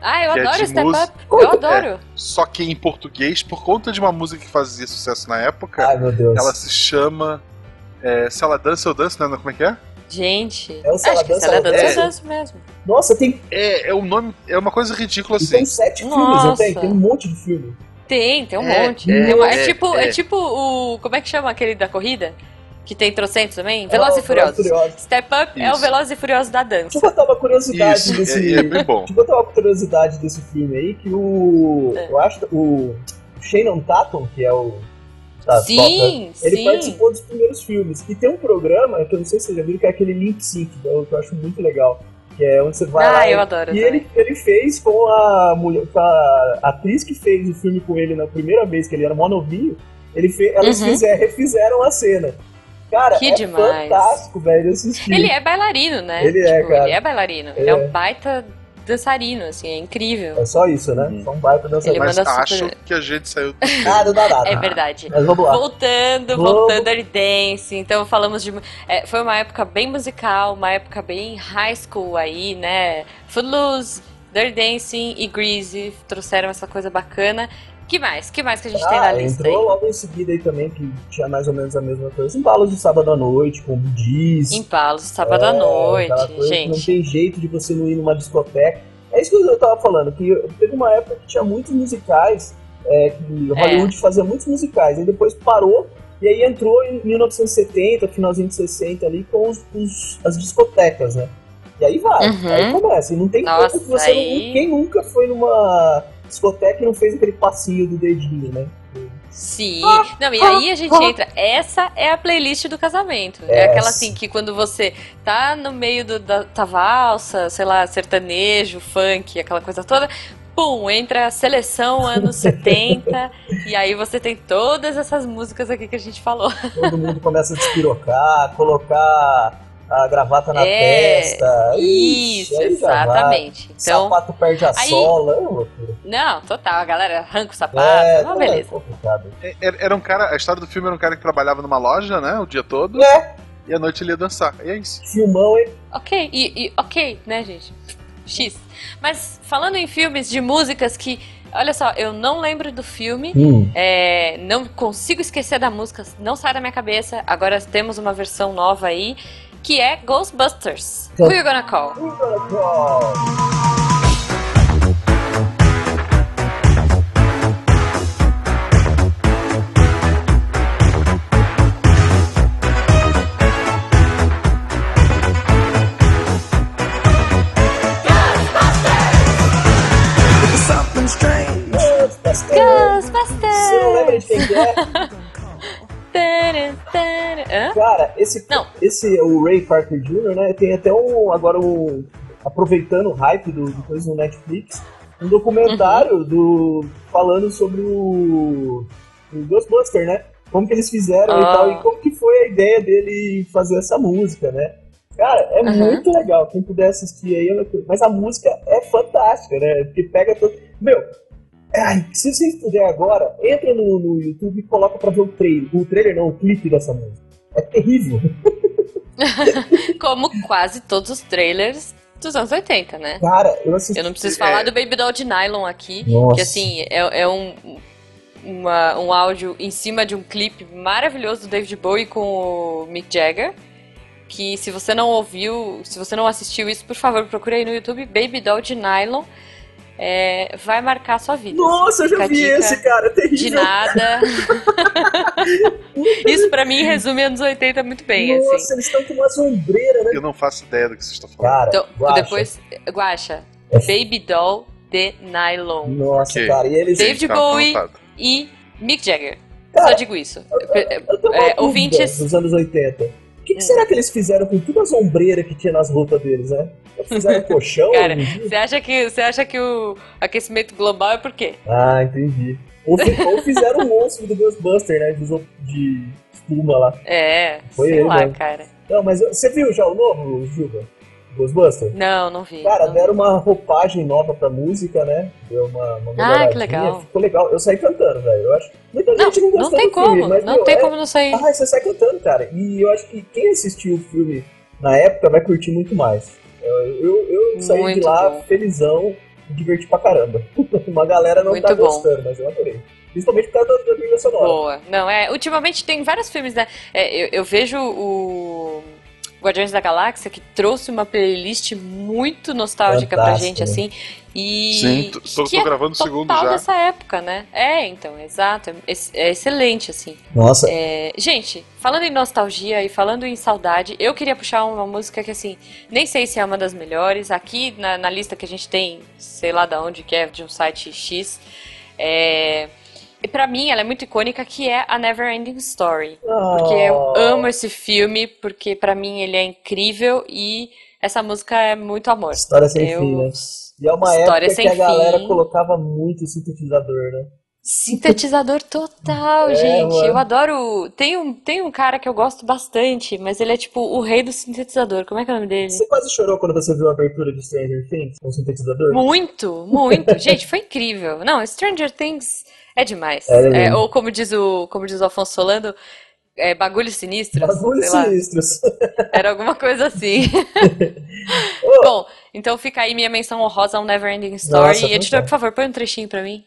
S2: Ah, eu
S1: que é
S2: adoro
S1: de
S2: Step
S1: música.
S2: Up. Eu
S3: é
S2: adoro.
S1: Só que em português, por conta de uma música que fazia sucesso na época,
S3: é? ai meu Deus.
S1: ela se chama. É, se ela dança, eu danço, né? Como é que é?
S2: Gente,
S3: É o Se Ela
S2: acho que
S3: Dança,
S2: se ela
S3: Ela
S2: dança, eu
S1: Dança.
S2: danço mesmo.
S3: Nossa, tem,
S1: É, é um nome. É uma coisa ridícula assim.
S3: tem sete filmes, não
S2: Nossa.
S3: tem? Tem um monte de filme.
S2: Tem, tem um
S1: É,
S2: monte.
S1: é,
S2: É, uma- é
S1: é,
S2: tipo,
S1: é.
S2: é. tipo o. Como é que chama aquele da corrida? Que tem trocentos também? Velozes e Furiosos.
S3: Furioso.
S2: Step Up é o
S1: Isso.
S2: Velozes e Furiosos da
S3: Deixa eu
S2: dança.
S3: botar uma curiosidade
S1: Isso,
S3: desse
S1: é, é bem bom.
S3: Deixa eu botar uma curiosidade desse filme aí, que o.
S2: É.
S3: Eu acho que o Shannon Tatum, que é o. da Toca,
S2: sim,
S3: Tá, ele tipo,
S2: sim.
S3: participou dos primeiros filmes. E tem um programa, que eu não sei se vocês já viram, que é aquele Limp Sync, que eu, que eu acho muito legal. Que é onde você vai lá.
S2: Ah, eu
S3: e-
S2: adoro.
S3: e
S2: também.
S3: ele, ele fez com a mulher, com a atriz que fez o filme com ele na primeira vez, que ele era mó novinho, ele fe, elas
S2: Uhum.
S3: fizer- refizeram a cena. Cara,
S2: Que
S3: é
S2: demais.
S3: fantástico, velho, assistir.
S2: Ele é bailarino, né?
S3: Ele é, cara.
S2: Ele é bailarino. Ele é um baita dançarino, assim, é incrível.
S3: É só isso, né?
S1: Uhum.
S3: Só um baita dançador.
S2: Ele
S1: Mas
S2: manda super-
S1: acho que a gente saiu do
S3: Nada, dá nada.
S2: É verdade.
S3: Mas vamos lá.
S2: Voltando,
S3: Vamos.
S2: voltando Dirty Dancing, então falamos de. é, foi uma época bem musical, uma época bem high school aí, né? Footloose, Dirty Dancing e Greasy trouxeram essa coisa bacana. Que mais? Que mais que a gente tem na
S3: Ah,
S2: lista
S3: entrou logo em seguida aí também, que tinha mais ou menos a mesma coisa. Embalos de sábado à noite, como diz.
S2: aí? Empalos, sábado à
S3: É, aquela
S2: noite,
S3: coisa que Não
S2: gente.
S3: tem jeito de você não ir numa discoteca. É isso que eu tava falando, que eu- teve uma época que tinha muitos musicais, é, que Hollywood fazia muitos musicais, aí depois parou, e aí entrou em 1970, finalzinho de 60 ali, com os, os- as discotecas, né? E aí vai,
S2: Uhum.
S3: aí começa. E não tem
S2: Nossa,
S3: como que você não-
S2: aí-
S3: Quem nunca foi numa discoteca e não fez aquele passinho do dedinho, né?
S2: Sim. Não, e aí a gente entra. Essa é a playlist do casamento. É
S3: Essa.
S2: aquela assim que quando você tá no meio do, da, da valsa, sei lá, sertanejo, funk, aquela coisa toda. Pum, entra a seleção anos 70, e aí você tem todas essas músicas aqui que a gente falou.
S3: Todo mundo começa a despirocar, colocar a gravata na
S2: É,
S3: testa. Ixi,
S2: Isso,
S3: aí já vai.
S2: exatamente. Então,
S3: é Ah, sapato perde a
S2: aí-
S3: sola, é uma loucura.
S2: não, total, a galera arranca o sapato,
S3: é,
S2: uma
S3: tá
S2: Ah, beleza.
S3: complicado.
S1: É, Era, era um cara, a história do filme era um cara que trabalhava numa loja, né, o dia todo,
S3: É,
S1: e à noite ele ia dançar. E é isso.
S3: filmão, hein?
S2: Ok, e, e ok, né, gente? X. Mas falando em filmes de músicas que, olha só, eu não lembro do filme, é, não consigo esquecer da música, não sai da minha cabeça. Agora temos uma versão nova aí, que é Ghostbusters. Who you gonna call?
S4: Something strange.
S3: Você não lembra
S2: Ghostbusters!
S3: de quem que é?
S2: Taran, taran. Hã?
S3: Cara, esse,
S2: Né? Não.
S3: esse o Ray Parker Jr., né? Tem até um. Agora um. Aproveitando o hype do, do coisa no Netflix, um documentário
S2: Uhum.
S3: do. falando sobre o. o Ghostbuster, né? Como que eles fizeram e
S2: Ah.
S3: tal, e como que foi a ideia dele fazer essa música, né? Cara, é
S2: Uhum.
S3: muito legal. Quem puder assistir aí, é uma coisa. mas a música é fantástica, né? Porque pega todo. Meu, ai, se vocês puderem agora, entra no, no YouTube e coloca pra ver o trailer. O trailer não, o clipe dessa música. É terrível.
S2: Como quase todos os trailers dos anos 80, né?
S3: Cara, eu assisti.
S2: Eu não preciso
S1: É.
S2: falar do Baby Doll de Nylon aqui,
S3: Nossa.
S2: que assim, é, é um, uma- um áudio em cima de um clipe maravilhoso do David Bowie com o Mick Jagger. Que se você não ouviu, se você não assistiu isso, por favor, procure aí no YouTube Baby Doll de Nylon. É, vai marcar a sua vida.
S3: Nossa, eu já
S2: Fica a
S3: vi
S2: dica
S3: esse, cara. É
S2: De
S3: terrível.
S2: nada. isso pra mim resume anos 80 muito bem,
S3: Nossa,
S2: assim.
S3: eles estão com uma sombreira, né?
S1: Eu não faço ideia do que vocês estão falando.
S3: Cara,
S2: Então,
S3: guacha.
S2: depois, Guacha,
S3: É.
S2: Baby Doll de Nylon.
S3: Nossa,
S1: Ok.
S3: cara, e eles.
S2: David
S1: Tá, tá
S2: Bowie.
S1: anotado.
S2: e Mick Jagger.
S3: Cara,
S2: Só digo isso.
S3: Eu tenho uma
S2: É,
S3: dúvida
S2: ouvintes-
S3: dos anos 80. O que, que
S2: Hum.
S3: será que eles fizeram com toda a sombreira que tinha nas roupas deles, né? Fizeram colchão?
S2: Cara,
S3: algum dia?
S2: Você acha que, você acha que o aquecimento global é por quê?
S3: Ah, entendi. Ou, fi- ou fizeram o monstro do Ghostbuster, né? De, zo- de espuma lá.
S2: É,
S3: Foi
S2: sei
S3: ele,
S2: lá,
S3: né?
S2: cara.
S3: Não, mas eu- você viu já o novo, Juba? Ghostbuster?
S2: Não, não vi.
S3: Cara,
S2: não.
S3: deram uma roupagem nova pra música, né? Deu uma, uma melhoradinha.
S2: Ah, que legal.
S3: Ficou legal. Eu saí cantando, velho. Eu acho. Muita
S2: não,
S3: gente não
S2: não
S3: gostou
S2: tem
S3: do filme,
S2: como,
S3: mas,
S2: não
S3: meu,
S2: tem
S3: é-
S2: como não sair.
S3: Ah, você sai cantando, cara. E eu acho que quem assistiu o filme na época vai curtir muito mais. Eu, eu- eu saí de
S2: Muito
S3: lá
S2: bom.
S3: felizão e diverti pra caramba. Uma galera não
S2: Muito
S3: tá
S2: bom.
S3: gostando, mas eu adorei. Principalmente por causa da, da trilha sonora.
S2: Boa. Não, é, ultimamente tem vários filmes, né? É, eu, eu vejo o Guardiões da Galáxia que trouxe uma playlist muito nostálgica pra
S3: Fantástico,
S2: gente,
S3: né?
S2: assim. E
S1: Sim, tô, tô-
S2: que
S1: tô
S2: é
S1: gravando o segundo
S2: total
S1: já.
S2: dessa época, né? É, então, exato. É, é excelente, assim.
S3: Nossa,
S2: É, gente, falando em nostalgia e falando em saudade, eu queria puxar uma música que, assim, nem sei se é uma das melhores. Aqui na, na lista que a gente tem, sei lá de onde que é, de um site X, é, e pra mim ela é muito icônica, que é a Never Ending Story. Porque
S3: Oh. Ah,
S2: eu amo esse filme, porque pra mim ele é incrível e essa música é muito amor.
S3: História sem
S2: Eu-
S3: fim, né? E é uma
S2: História
S3: época
S2: sem
S3: que a galera
S2: fim.
S3: colocava muito sintetizador, né?
S2: Sintetizador total,
S3: É,
S2: gente.
S3: mano.
S2: Eu adoro. Tem um, tem um cara que eu gosto bastante, mas ele é tipo o rei do sintetizador. Como é que é o nome dele?
S3: Você quase chorou quando você viu a abertura de Stranger Things com sintetizador?
S2: Muito, muito. Gente, foi incrível. Não, Stranger Things é demais.
S3: É legal.
S2: É, ou como diz o, como diz o Afonso Solano, é, bagulhos sinistros,
S3: Bagulhos
S2: sei lá.
S3: sinistros.
S2: Era alguma coisa assim.
S3: Ô.
S2: Bom, então fica aí minha menção honrosa ao Neverending Story.
S3: Nossa,
S2: Editor,
S3: fantástico.
S2: por favor, põe um trechinho pra mim.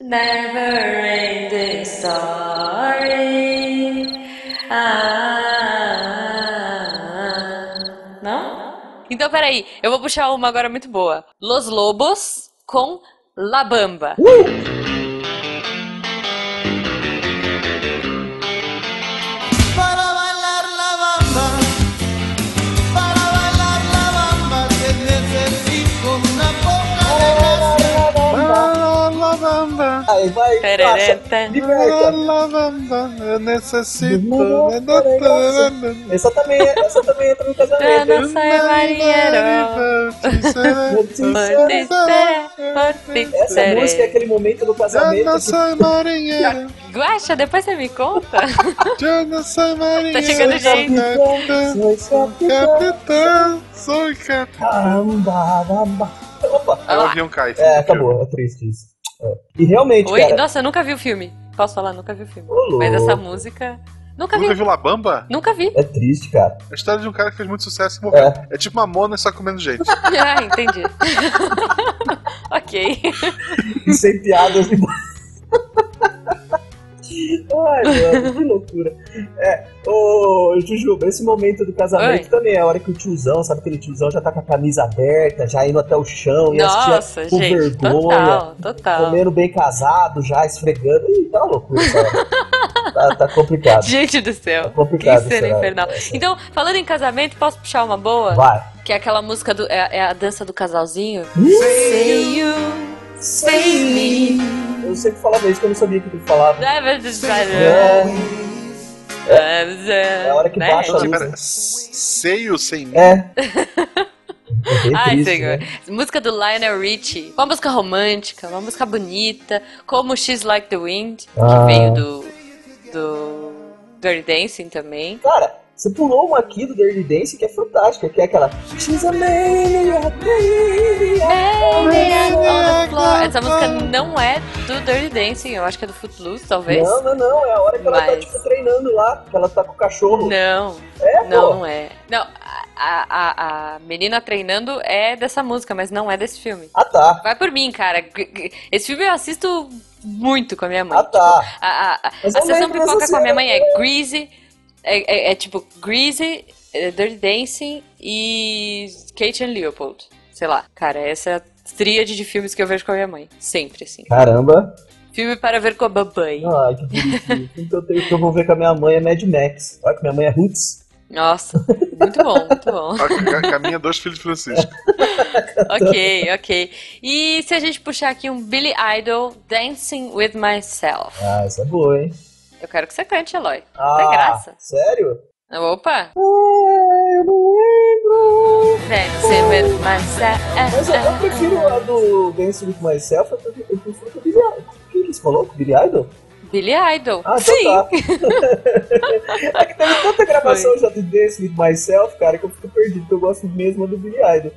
S2: Never ending story. Ah, não? Então peraí, eu vou puxar uma agora muito boa. Los Lobos com La Bamba.
S3: Uh!
S5: Para bailar la bamba, para bailar la bamba, te necesito una poca de más.
S1: Lavanda,
S3: Aí vai,
S2: Tereré,
S3: passa,
S2: tá.
S3: liberta.
S1: lavanda, eu necessito.
S3: Essa também, é, essa também entra no casamento. hein?
S2: Ana sai marinheiro. Orticeré,
S3: Essa
S2: orticeré.
S3: música é aquele momento do casamento.
S1: Ana
S3: que-
S1: sai marinheiro.
S2: Guaxa, depois você me conta?
S1: Ana sai marinheiro.
S2: Tá chegando gente.
S1: Capitão,
S3: Sou só capitão.
S1: capitão, sou um capitão.
S3: Caramba, bamba. Opa.
S1: Aí o avião cai.
S3: É, acabou, é triste isso. É. E realmente,
S2: Oi?
S3: cara.
S2: Nossa, eu nunca vi o filme. Posso falar, nunca vi o filme.
S3: Ô,
S2: Mas essa
S3: louco.
S2: música. Nunca
S1: Nunca
S2: vi.
S1: viu Labamba?
S2: Nunca vi.
S3: É triste, cara.
S1: É A história de um cara que fez muito sucesso e morreu. É, tipo uma mona só comendo gente.
S2: Ah, entendi. ok.
S3: E sem piadas. Ai, mano, que loucura. É, ô, Jujuba, esse momento do casamento
S2: Oi.
S3: também é a hora que o tiozão, sabe aquele tiozão já tá com a camisa aberta, já indo até o chão, e as tias
S2: Nossa,
S3: com
S2: gente.
S3: vergonha,
S2: Total, total.
S3: comendo bem casado, já esfregando. Ih, tá uma loucura, cara. tá, tá complicado.
S2: Gente do
S3: Tá
S2: céu. Que
S3: complicado.
S2: cena
S3: essa-
S2: infernal. Então, falando em casamento, posso puxar uma boa?
S3: Vai.
S2: Que é aquela música do. É, é a dança do casalzinho.
S3: Ih,
S2: Say you, say me.
S3: Eu sempre falava isso que eu não sabia o que tu falava.
S2: Never desire.
S3: É,
S2: É
S3: a hora
S2: Né?
S3: que baixa a luz.
S1: Pera, Tipo, seio sem mim.
S3: é. É bem
S2: Ai,
S3: triste,
S2: senhor.
S3: né?
S2: Música do Lionel Richie. Uma música romântica, uma música bonita, como She's Like the Wind, que
S3: Ah.
S2: veio do, do Dirty Dancing também.
S3: Cara, você pulou uma aqui do Dirty Dance que é fantástica, que é aquela She's a maniac, maniac.
S2: Essa música não é do Dirty Dancing, eu acho que é do Footloose, talvez.
S3: Não, não, não, é a hora que ela tá
S2: Mas-
S3: tipo treinando lá, que ela tá com o cachorro.
S2: Não,
S3: é, pô.
S2: não, não é. Não, a, a, a menina treinando é dessa música, mas não é desse filme.
S3: Ah tá,
S2: Vai por mim, cara. G- g- Esse filme eu assisto muito com a minha mãe.
S3: ah tá.
S2: A, a, a,
S3: Mas
S2: a
S3: eu
S2: sessão
S3: lembro dessa
S2: pipoca com a
S3: cena.
S2: minha mãe é Greasy, é, é- é tipo Greasy, é Dirty Dancing e Kate and Leopold. Sei lá, cara, essa é a tríade de filmes que eu vejo com a minha mãe. Sempre, assim.
S3: Caramba.
S2: Filme para ver com a babãe.
S3: Ai, que bonitinho. Tudo que eu tenho que eu vou ver com a minha mãe é Mad Max. Olha que minha mãe é Roots.
S2: Nossa, muito bom, muito bom.
S1: Ó, ca- Caminha é dois filhos de Francisco.
S2: ok, ok. E se a gente puxar aqui um Billy Idol, Dancing with Myself.
S3: Ah, essa é boa, hein?
S2: Eu quero que você cante, Eloy.
S3: Ah,
S2: Tem graça.
S3: sério?
S2: Opa!
S3: Ah, eu não lembro.
S2: Dancing with myself.
S3: Mas eu,
S2: É.
S3: eu prefiro a do Dance With Myself, eu prefiro, eu prefiro que o Billy Idol. O que eles falou? Com o Billy Idol?
S2: Billy Idol.
S3: Ah,
S2: Sim!
S3: então tá. é que teve tanta gravação já do Dance With Myself, cara, que eu fico perdido, que eu gosto mesmo do Billy Idol.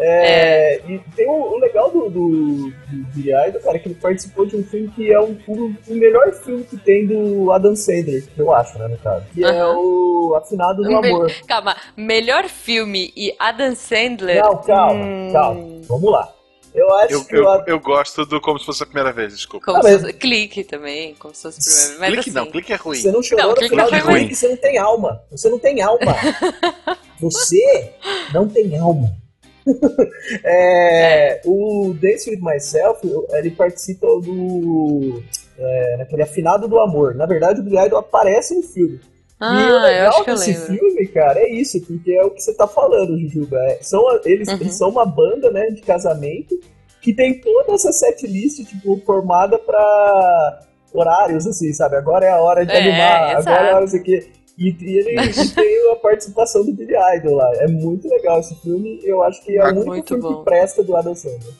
S3: É, E tem o, o legal do, do, do Billy Idol, cara, é que ele participou de um filme que é um, um- o melhor filme que tem do Adam Sandler, eu acho, né, no caso. Que é
S2: Aham.
S3: o Afinado do
S2: Um be-
S3: Amor.
S2: Calma, melhor filme e Adam Sandler.
S3: Não, calma,
S2: Hum,
S3: calma. Vamos lá. Eu acho
S1: Eu,
S3: que o
S1: eu,
S3: Ad-
S1: eu gosto do como se fosse a primeira vez, desculpa.
S2: Como
S3: Ah,
S2: se
S3: mas-
S2: fosse- Clique também, como se fosse o primeiro. Mas
S1: clique
S2: assim,
S1: não, clique é ruim.
S3: Você não
S2: Não,
S3: chorou
S2: que
S3: no final
S1: que foi
S3: do filme
S1: ruim?
S3: que você não tem alma. Você não tem alma. você não tem alma. é, o Dance With Myself, ele participa do... É, naquele afinado do amor. Na verdade, o Billy Idol aparece no filme. e o
S2: Ah, eu
S3: legal
S2: acho que eu
S3: desse
S2: lembro.
S3: filme, cara, é isso. Porque é o que você tá falando, Jujuba. É, são, a- eles,
S2: Uhum.
S3: eles são uma banda, né, de casamento que tem toda essa setlist, tipo, formada pra horários, assim, sabe? Agora é a hora de
S2: É,
S3: animar,
S2: exato.
S3: agora é a hora disso aqui. E, e ele e tem a participação do Billy Idol lá. É muito legal esse filme. Eu acho que é
S1: Ah,
S3: o único
S2: Tá muito
S3: filme
S2: bom.
S3: que presta do Adam Sandler.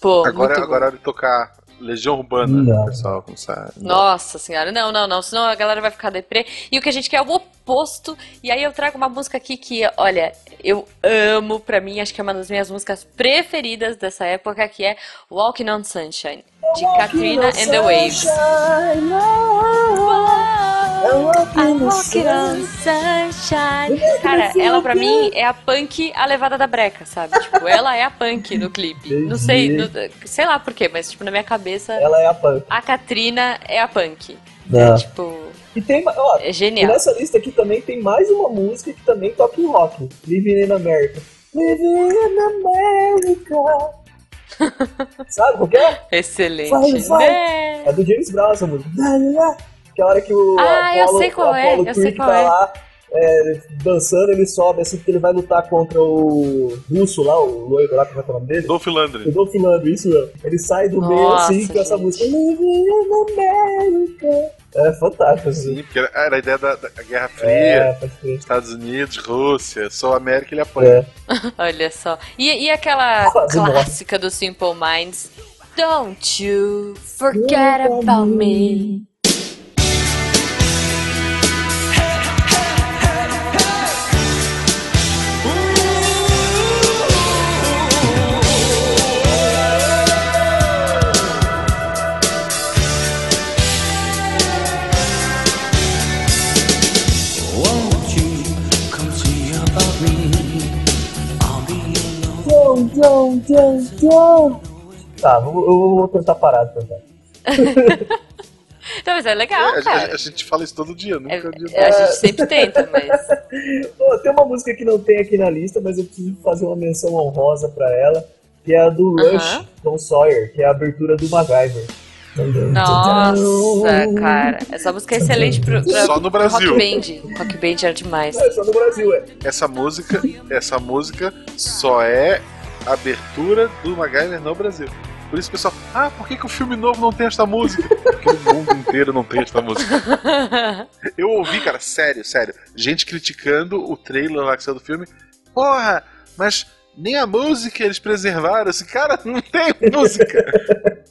S2: Pô,
S1: Agora,
S2: muito bom.
S1: agora é hora de tocar Legião Urbana,
S3: né? Não.
S1: pessoal. Começar.
S2: Nossa senhora, não, não, não, senão a galera vai ficar deprê. E o que a gente quer é o oposto. E aí eu trago uma música aqui que, olha, eu amo pra mim, acho que é uma das minhas músicas preferidas dessa época, que é Walking on Sunshine, de Katrina and the Waves. I'm walking on sunshine. Cara, ela pra mim é a punk a levada da breca, sabe? Tipo, ela é a punk no clipe. Não sei, no- sei lá porquê, mas tipo, na minha cabeça,
S3: Ela é a punk.
S2: a Katrina é a punk.
S3: Não.
S2: Tipo,
S3: E tem, ma- ó,
S2: é
S3: e
S2: genial.
S3: nessa lista aqui também tem mais uma música que também toca em rock. Living in America. Living in America. Sabe qual que é?
S2: Excelente.
S3: Vai, vai.
S2: Né?
S3: É do James Brown essa música. Que a hora que o
S2: Ah, eu
S3: Apollo,
S2: sei qual
S3: o
S2: é,
S3: Apollo
S2: eu sei
S3: Creed
S2: qual
S3: tá
S2: é.
S3: lá é, dançando, ele sobe assim porque ele vai lutar contra o russo lá, o loiro lá, como é que é o nome dele?
S1: Dolph
S3: Eu
S1: Landry.
S3: tô filando isso, meu. Ele sai do meio
S2: Nossa,
S3: assim com essa
S2: gente.
S3: música. Living in America. É fantástico, assim.
S1: Sim, porque era, era a ideia da, da Guerra Fria.
S3: É, pode crer.
S1: Estados Unidos, Rússia, só América ele apanha.
S3: É.
S2: Olha só. E, e aquela
S3: Quase morre.
S2: clássica do Simple Minds? Don't you forget about me.
S4: Won't you come see about me? I'll be alone.
S3: John, John, John, John. Tá, eu, eu vou tá, tentar parar de cantar.
S2: Então, mas é legal,
S1: a, a-
S2: cara.
S1: a gente fala isso todo dia, nunca
S2: É-
S1: digo.
S2: é, a gente sempre tenta, mas.
S3: Ô, tem uma música que não tem aqui na lista, mas eu preciso fazer uma menção honrosa pra ela, que é a do
S2: Aham.
S3: Rush, Tom Sawyer, que é a abertura do MacGyver.
S2: Nossa, cara. Essa música é excelente pro, pra-
S1: Só no
S2: pro
S1: Brasil.
S2: Rock Band. Rock Band era demais.
S3: É, só no Brasil, é.
S1: Essa música, essa música só é abertura do MacGyver no Brasil. Por isso o pessoal, ah, por que, que o filme novo não tem esta música? Porque o mundo inteiro não tem esta música. Eu ouvi, cara, sério, sério, gente criticando o trailer lá que saiu do filme. Porra, mas nem a música eles preservaram. Esse cara não tem música.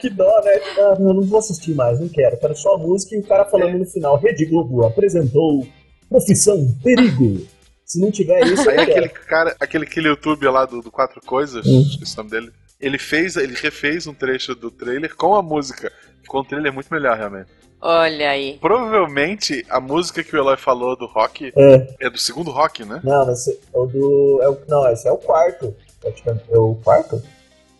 S3: Que dó, né? Ah, eu não vou assistir mais, não quero. Quero só a música e o cara falando no final. Rede Globo apresentou Profissão Perigo. Se não tiver isso, eu
S1: Aí
S3: não
S1: aquele
S3: quero.
S1: cara, aquele, aquele YouTube lá do, do Quatro Coisas,
S3: Hum.
S1: esqueci o nome dele, ele fez, ele refez um trecho do trailer com a música. Ficou um trailer muito melhor, realmente.
S2: Olha aí.
S1: Provavelmente a música que o Eloy falou do rock
S3: É.
S1: é do segundo rock, né?
S3: Não, mas esse é o do. É o, não, esse é o quarto. praticamente. É o quarto?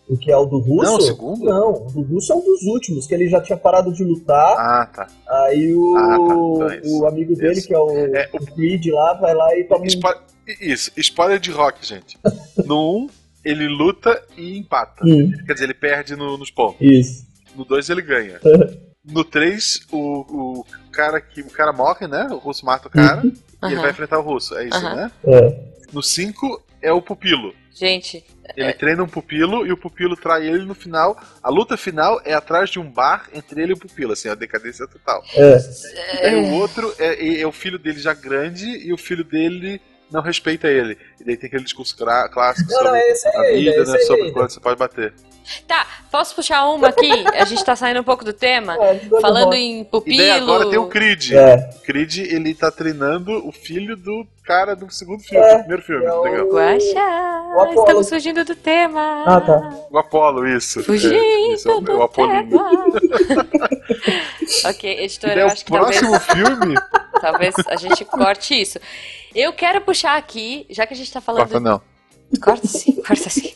S3: O que é o do Russo?
S1: Não, o segundo?
S3: Não, o do Russo é um dos últimos, que ele já tinha parado de lutar.
S1: Ah, tá.
S3: aí o,
S1: Ah, tá. Então é isso.
S3: o amigo dele,
S1: Isso.
S3: que é o,
S1: É, o-
S3: o Creed lá, vai lá e toma um
S1: Spo- Isso, spoiler de rock, gente. No 1, um, ele luta e empata.
S3: Hum,
S1: Quer dizer, ele perde no- nos pontos.
S3: Isso.
S1: No 2, ele ganha. No 3, o, o cara que. O cara morre, né? O russo mata o cara e ele
S2: Aham.
S1: vai enfrentar o russo. É isso,
S2: Aham.
S1: né?
S3: É.
S1: No 5 é o pupilo.
S2: Gente,
S1: Ele treina um pupilo e o pupilo trai ele no final. A luta final é atrás de um bar entre ele e o pupilo, assim, a decadência total.
S3: É.
S1: Aí o outro é, é- é o filho dele já grande e o filho dele não respeita ele. E daí tem aquele discurso cra- clássico
S3: Não, não,
S1: sobre
S3: esse é
S1: a
S3: ele,
S1: vida,
S3: esse
S1: né?
S3: é
S1: Sobre
S3: ele.
S1: quando você pode bater.
S2: tá. Posso puxar uma aqui? A gente tá saindo um pouco do tema.
S3: É, de Dragon
S2: Falando
S3: Ball.
S2: em
S1: E daí agora tem o
S2: pupilo.
S1: Creed.
S3: É,
S1: O Creed, ele tá treinando o filho do cara do segundo filme,
S3: É.
S1: do primeiro filme.
S3: É o-
S1: Legal.
S3: O
S2: Guaxá,
S3: Apollo.
S2: estamos fugindo do tema.
S3: Ah, tá.
S1: O Apolo, isso.
S2: Fugindo
S1: É, isso é o, é o
S2: do
S1: Apolinho.
S2: tema. ok,
S1: E
S2: editora,
S1: daí
S2: eu
S1: o
S2: acho que talvez
S1: próximo filme.
S2: Talvez a gente corte isso. Eu quero puxar aqui, já que a gente tá falando.
S1: Corta, não.
S2: Corta sim, corta sim.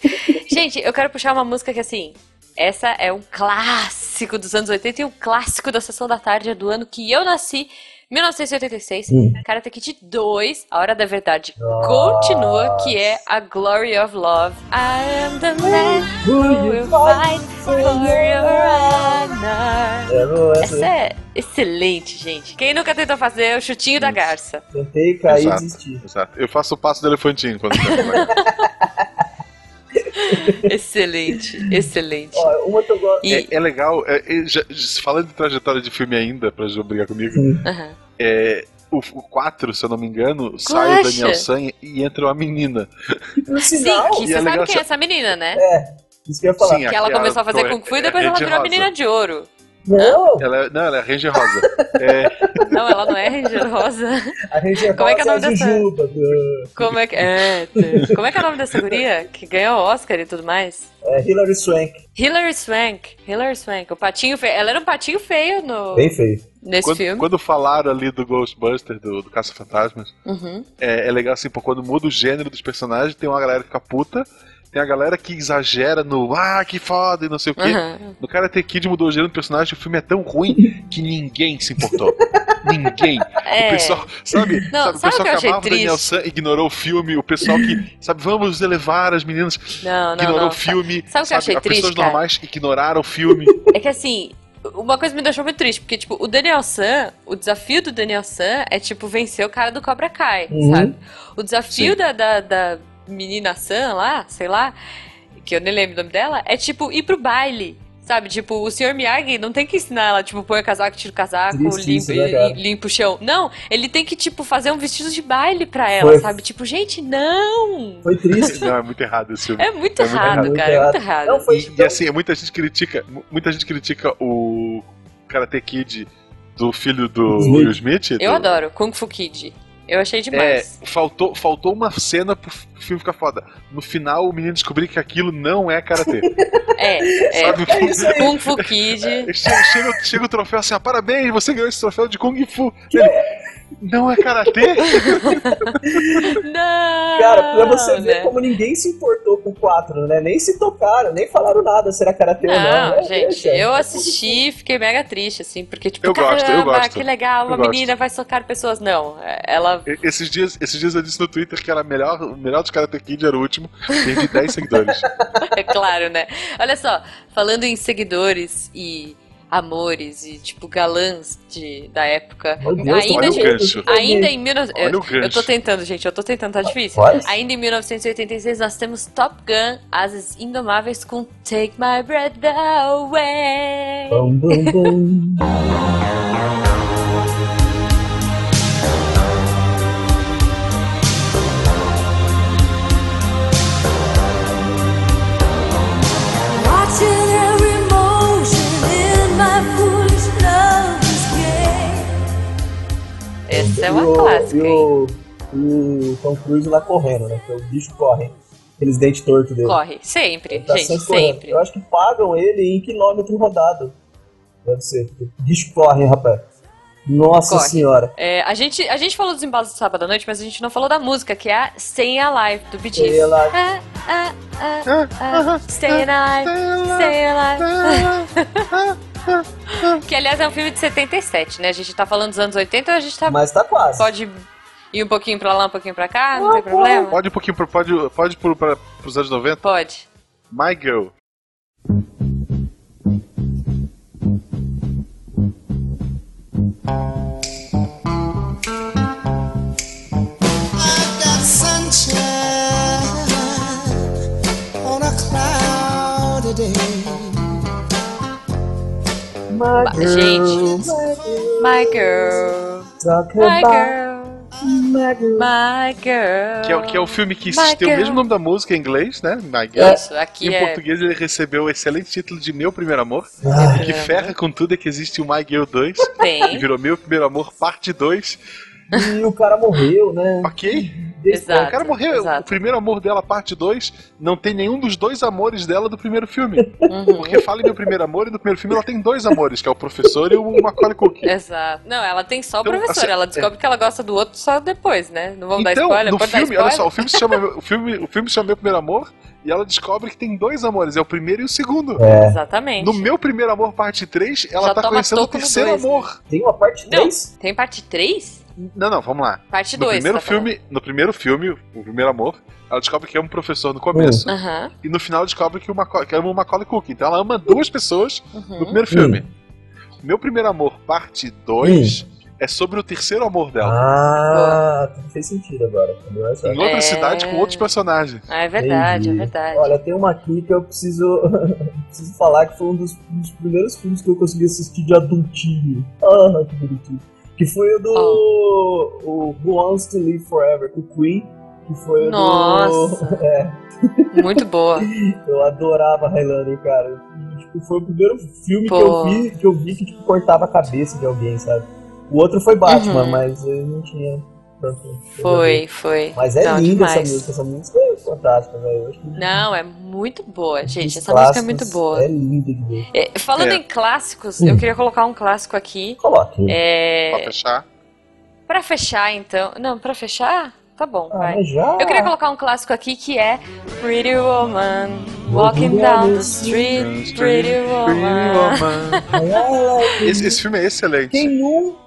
S2: Gente, eu quero puxar uma música que assim. Essa é um clássico dos anos 80 e um clássico da sessão da tarde é do ano que eu nasci, 1986.
S3: Hum.
S2: Karate Kid 2, A Hora da Verdade
S3: Nossa.
S2: continua, que é a Glory of Love. I am the man
S3: Ah,
S2: who will fight for your honor.
S3: é, não é,
S2: Essa é excelente, gente. Quem nunca tentou fazer é o chutinho da garça.
S3: Tentei cair e
S1: Exato.
S3: desistir.
S1: Exato. Eu faço o passo do elefantinho quando quero.
S2: Excelente, excelente.
S3: Ó, uma que eu gosto.
S2: E,
S1: é, é legal. é- é- já- já- falando de trajetória de filme ainda, pra já brigar comigo,
S2: aham.
S1: é, o, o 4, se eu não me engano, sai o Daniel
S2: Guaxa.
S1: San e entra uma menina.
S3: E por
S2: Sim,
S3: sinal,
S2: que
S1: e
S2: você
S1: é
S2: sabe
S1: legal É,
S2: quem é
S1: essa-
S2: essa menina, né?
S3: isso que eu ia falar.
S1: Sim,
S2: que ela
S1: aquela
S2: começou a fazer
S1: cor-
S2: Kung Fu e depois
S1: é
S2: ela
S1: de
S2: virou a
S1: rosa.
S2: menina de ouro.
S3: Não,
S1: Ela, é- não, ela é Ranger Rosa. É,
S2: Não, ela não é Ranger rosa.
S3: A gente
S2: Como é que é o
S3: passa a
S2: nome dessa-
S3: Jujuba. do-
S2: Como é que. É, t- como é que é o nome dessa guria? Que ganhou o Oscar e tudo mais?
S3: É Hilary Swank.
S2: Hilary Swank. Hilary Swank. O patinho feio. Ela era um patinho feio no,
S3: Bem feio.
S2: nesse
S1: Quando,
S2: filme.
S1: quando falaram ali do Ghostbuster, do, do Caça-Fantasmas,
S2: Uhum.
S1: é, é legal assim, pô, quando muda o gênero dos personagens, tem uma galera que fica puta, tem a galera que exagera no ah, que foda e não sei o quê.
S2: Uhum.
S1: No Karate Kid mudou o gênero do personagem, o filme é tão ruim que ninguém se importou. ninguém. O
S2: É.
S1: pessoal, sabe?
S2: Não,
S1: sabe, o
S2: sabe o
S1: pessoal
S2: que eu achei
S1: amava o Daniel
S2: triste?
S1: San ignorou o filme, o pessoal que, sabe, vamos elevar as meninas,
S2: É, Não, não,
S1: ignorou
S2: não.
S1: o filme.
S2: Sabe o que eu achei
S1: as pessoas
S2: triste, cara?
S1: normais ignoraram o filme.
S2: É que assim, uma coisa me deixou muito triste, porque, tipo, o Daniel San, o desafio do Daniel San é, tipo, vencer o cara do Cobra Kai,
S3: Uhum.
S2: sabe? O desafio
S1: Sim.
S2: da, da, da menina San lá, sei lá, que eu nem lembro o nome dela, é, tipo, ir pro baile. Sabe, tipo, o senhor Miyagi não tem que ensinar ela, tipo, põe o casaco, tira o casaco,
S3: Triste isso,
S2: limpa, eh,
S3: né, cara?
S2: limpa o chão. Não, ele tem que, tipo, fazer um vestido de baile pra ela,
S3: Foi.
S2: sabe? Tipo, gente, não!
S3: Foi triste.
S1: Não, é muito errado esse filme.
S2: É muito
S1: É muito
S2: errado,
S3: errado.
S2: cara, é muito errado.
S3: Não, foi
S1: E, e assim, muita gente critica, mu- muita gente critica o Karate Kid do filho do
S3: Smith.
S1: Will Smith.
S2: Eu
S1: do-
S2: adoro Kung Fu Kid. Eu achei
S1: É,
S2: demais.
S1: faltou, faltou uma cena pro f- filme ficar foda. No final, o menino descobrir que aquilo não é karatê.
S2: É, é.
S1: Sabe?
S3: É isso aí.
S2: Kung Fu Kid.
S1: Chega, chega- chega o troféu assim, ah, parabéns, você ganhou esse troféu de Kung Fu. Ele, não é karatê?
S2: Não!
S3: Cara, pra você ver
S2: né?
S3: como ninguém se importou com o 4, né? Nem se tocaram, nem falaram nada se era karatê ou não.
S2: Não,
S3: né?
S2: gente,
S3: Deixa.
S2: eu assisti e fiquei mega triste, assim, porque, tipo,
S1: Eu
S2: caramba,
S1: gosto, eu gosto.
S2: que legal, uma
S1: Eu gosto.
S2: menina vai socar pessoas. Não, é, ela.
S1: E- Esses dias, esses dias eu disse no Twitter que era melhor, o melhor dos Karate Kid era o último, teve 10 seguidores.
S2: É claro, né? Olha só, falando em seguidores e amores e, tipo, galãs de, da época.
S3: Meu Deus,
S2: ainda,
S1: olha o
S2: gente,
S1: gancho.
S2: Ainda em 19...
S1: Olha
S2: É, eu,
S1: o gancho.
S2: eu tô tentando, gente, eu tô tentando, tá difícil.
S3: Faz.
S2: Ainda em 1986 nós temos Top Gun, Asas Indomáveis com Take My Breath Away.
S3: Bum, bum, bum.
S6: Watching every motion in my foolish lover's game.
S2: Essa é
S3: E
S2: uma
S3: o-
S2: clássica,
S3: E
S2: hein?
S3: o, e o Tom Cruise lá correndo, né? Porque o bicho corre. Aqueles dentes tortos dele.
S2: Corre, sempre,
S3: Tá
S2: gente,
S3: correndo.
S2: sempre.
S3: Eu acho que pagam ele em quilômetro rodado. Deve ser. O bicho corre, rapaz. Nossa
S2: Corre.
S3: senhora.
S2: É, a, gente, a gente falou dos embalos do sábado à noite, mas a gente não falou da música, que é a Stay Alive, do Bee Gees.
S3: Stay Alive.
S2: Ah, ah, ah, ah, Stay Alive, Stay Alive. que, aliás, é um filme de 77, né? A gente tá falando dos anos 80, a gente tá...
S3: Mas tá quase.
S2: Pode ir um pouquinho pra lá, um pouquinho pra cá, não tem problema?
S1: Pode um pouquinho, pro- pode, pode pro, pra, pros anos 90?
S2: Pode.
S1: My Girl.
S4: I've got sunshine on a cloudy day.
S3: My
S2: Ba- gente.
S3: my
S2: My
S3: girl,
S2: girl,
S3: talk
S2: my
S3: about
S2: girl,
S3: my girl.
S2: my girl.
S1: Que é, o- que é o filme que
S2: My
S1: tem o
S2: Girl.
S1: mesmo nome da música em inglês, né? My Girl.
S2: Isso, aqui
S1: Em
S2: é...
S1: português ele recebeu o excelente título de Meu Primeiro Amor.
S3: Ah,
S1: Que ferra com tudo é que existe o My Girl 2. Que
S2: Tem,
S1: virou Meu Primeiro Amor, parte 2.
S3: e o cara morreu, né?
S1: Ok?
S2: exato.
S1: o cara morreu. O
S2: Exato.
S1: primeiro amor dela, parte 2, não tem nenhum dos dois amores dela do primeiro filme.
S2: Uhum.
S1: Porque fala em Meu Primeiro Amor e no primeiro filme ela tem dois amores, que é o professor e o Macaulay Culkin.
S2: Exato. Não, ela tem só o
S1: Então,
S2: professor.
S1: assim,
S2: ela descobre que ela gosta do outro só depois, né? Não vamos dar
S1: Então,
S2: spoiler?
S1: no
S2: Pode dar
S1: filme,
S2: spoiler?
S1: olha só, o filme se chama o filme, o filme se chama Meu Primeiro Amor e ela descobre que tem dois amores, é o primeiro e o segundo.
S3: É.
S2: Exatamente.
S1: No meu primeiro amor, parte 3, ela
S2: Já
S1: tá
S2: toma
S1: conhecendo o
S2: toco no
S1: terceiro
S2: dois, né?
S1: amor.
S3: Tem uma parte
S2: Não.
S3: 3?
S2: Tem parte 3?
S1: Não, não, vamos lá.
S2: Parte
S1: No
S2: 2.
S1: primeiro,
S2: tá falando.
S1: filme, no primeiro filme, o primeiro amor, ela descobre que ama um professor no começo.
S2: Aham.
S1: E no final descobre que, o Maca- que ama o Macaulay Culkin. Então ela ama duas pessoas no
S2: Uhum.
S3: Hum.
S1: primeiro filme. Meu primeiro amor, parte 2,
S3: Hum.
S1: é sobre o terceiro amor dela.
S3: Ah, tudo fez sentido agora. entendeu? Essa-
S1: Em outra
S2: É.
S1: cidade com outros personagens.
S2: Ah, é verdade,
S3: Entendi.
S2: é verdade.
S3: Olha, tem uma aqui que eu preciso, preciso falar que foi um dos, um dos primeiros filmes que eu consegui assistir de adultinho. Ah, que bonitinho. Que foi o do o Who Wants to Live Forever, com o Queen. Que foi o
S2: Nossa.
S3: do. É,
S2: Muito boa.
S3: eu adorava Highlander, cara. E, tipo, foi o primeiro filme
S2: Pô.
S3: que eu vi que eu vi que tipo, cortava a cabeça de alguém, sabe? O outro foi Batman, mas ele não tinha tanto.
S2: Uhum. Foi, foi.
S3: Mas é
S2: Não,
S3: linda
S2: demais.
S3: essa música, essa música é fantástica, velho. Eu acho que
S2: Não, é muito boa, gente.
S3: dos
S2: Essa música é
S3: clássicos,
S2: muito boa.
S3: É linda de ver.
S2: É, falando
S1: É.
S2: em clássicos,
S3: Hum.
S2: eu queria colocar um clássico aqui.
S3: Coloque.
S1: Pra
S2: É,
S1: fechar.
S2: para fechar, então. Não, pra fechar? Tá bom,
S3: Ah,
S2: vai.
S3: mas já.
S2: Eu queria colocar um clássico aqui que é Pretty Woman Walking Down the
S3: assim.
S2: Street, Pretty
S3: Hum.
S2: Woman.
S1: Esse, esse filme é excelente.
S3: Quem nunca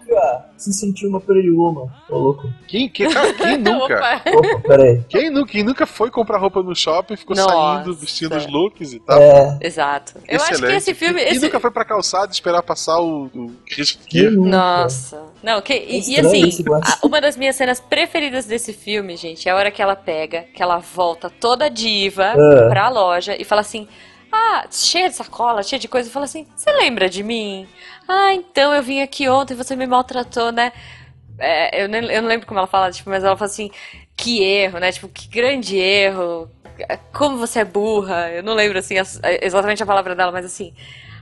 S3: se sentiu uma periúma? Ô, louco.
S1: Quem, quem, cara, quem nunca?
S2: Opa.
S3: Opa, peraí.
S1: Quem nunca, quem nunca foi comprar roupa no shopping, ficou
S2: Nossa.
S1: saindo, vestindo os looks e tal.
S3: É,
S2: Exato. Eu acho que
S1: Excelente.
S2: esse filme.
S1: Quem
S2: esse-
S1: nunca foi pra calçada esperar passar o, o é Richard
S3: quem
S1: Gere?
S3: nunca?
S2: Nossa. Não, que, e, e
S3: Estranho
S2: assim,
S3: esse negócio.
S2: a- uma das minhas cenas preferidas desse filme, gente, é a hora que ela pega, que ela volta toda diva
S3: É.
S2: pra loja e fala assim. Ah, cheia de sacola, cheia de coisa. e Fala assim: Você lembra de mim? Ah, então eu vim aqui ontem você me maltratou, né? É, eu, nem- eu não lembro como ela fala, tipo, mas ela fala assim: Que erro, né? Tipo, que grande erro. Como você é burra. Eu não lembro assim as- exatamente a palavra dela, mas assim,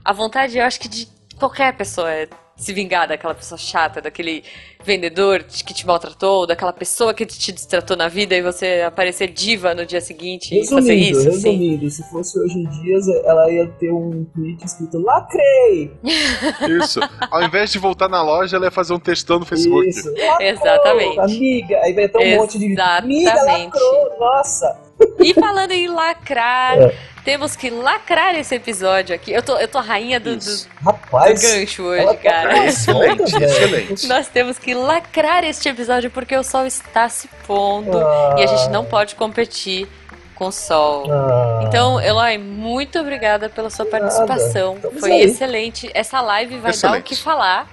S2: a vontade, eu acho que de qualquer pessoa é se vingar daquela pessoa chata, daquele vendedor que te maltratou, daquela pessoa que te destratou na vida e você aparecer diva no dia seguinte e fazer
S3: Resumindo,
S2: isso, assim.
S3: resumindo, se fosse hoje em dia, ela ia ter um tweet escrito Lacrei!
S1: Isso. Ao invés de voltar na loja, ela ia fazer um textão no Facebook.
S3: Isso. Lacrou,
S2: Exatamente.
S3: Amiga, aí vai ter um monte de amiga
S2: Exatamente.
S3: lacrou, nossa.
S2: E falando em lacrar,
S3: É.
S2: temos que lacrar esse episódio aqui. Eu tô, eu tô a rainha do, do-
S1: Isso.
S2: do
S3: Rapaz,
S2: gancho
S3: ela
S2: hoje,
S3: tá
S2: cara.
S1: É excelente,
S3: Nossa,
S1: excelente.
S2: Nós temos que lacrar este episódio porque o sol está se pondo
S3: Ah.
S2: e a gente não pode competir com o sol.
S3: Ah.
S2: Então, Eloy, muito obrigada pela sua
S3: nada.
S2: participação.
S3: Estamos
S2: Foi
S3: aí.
S2: excelente. Essa live vai dar o
S1: Excelente.
S2: que falar.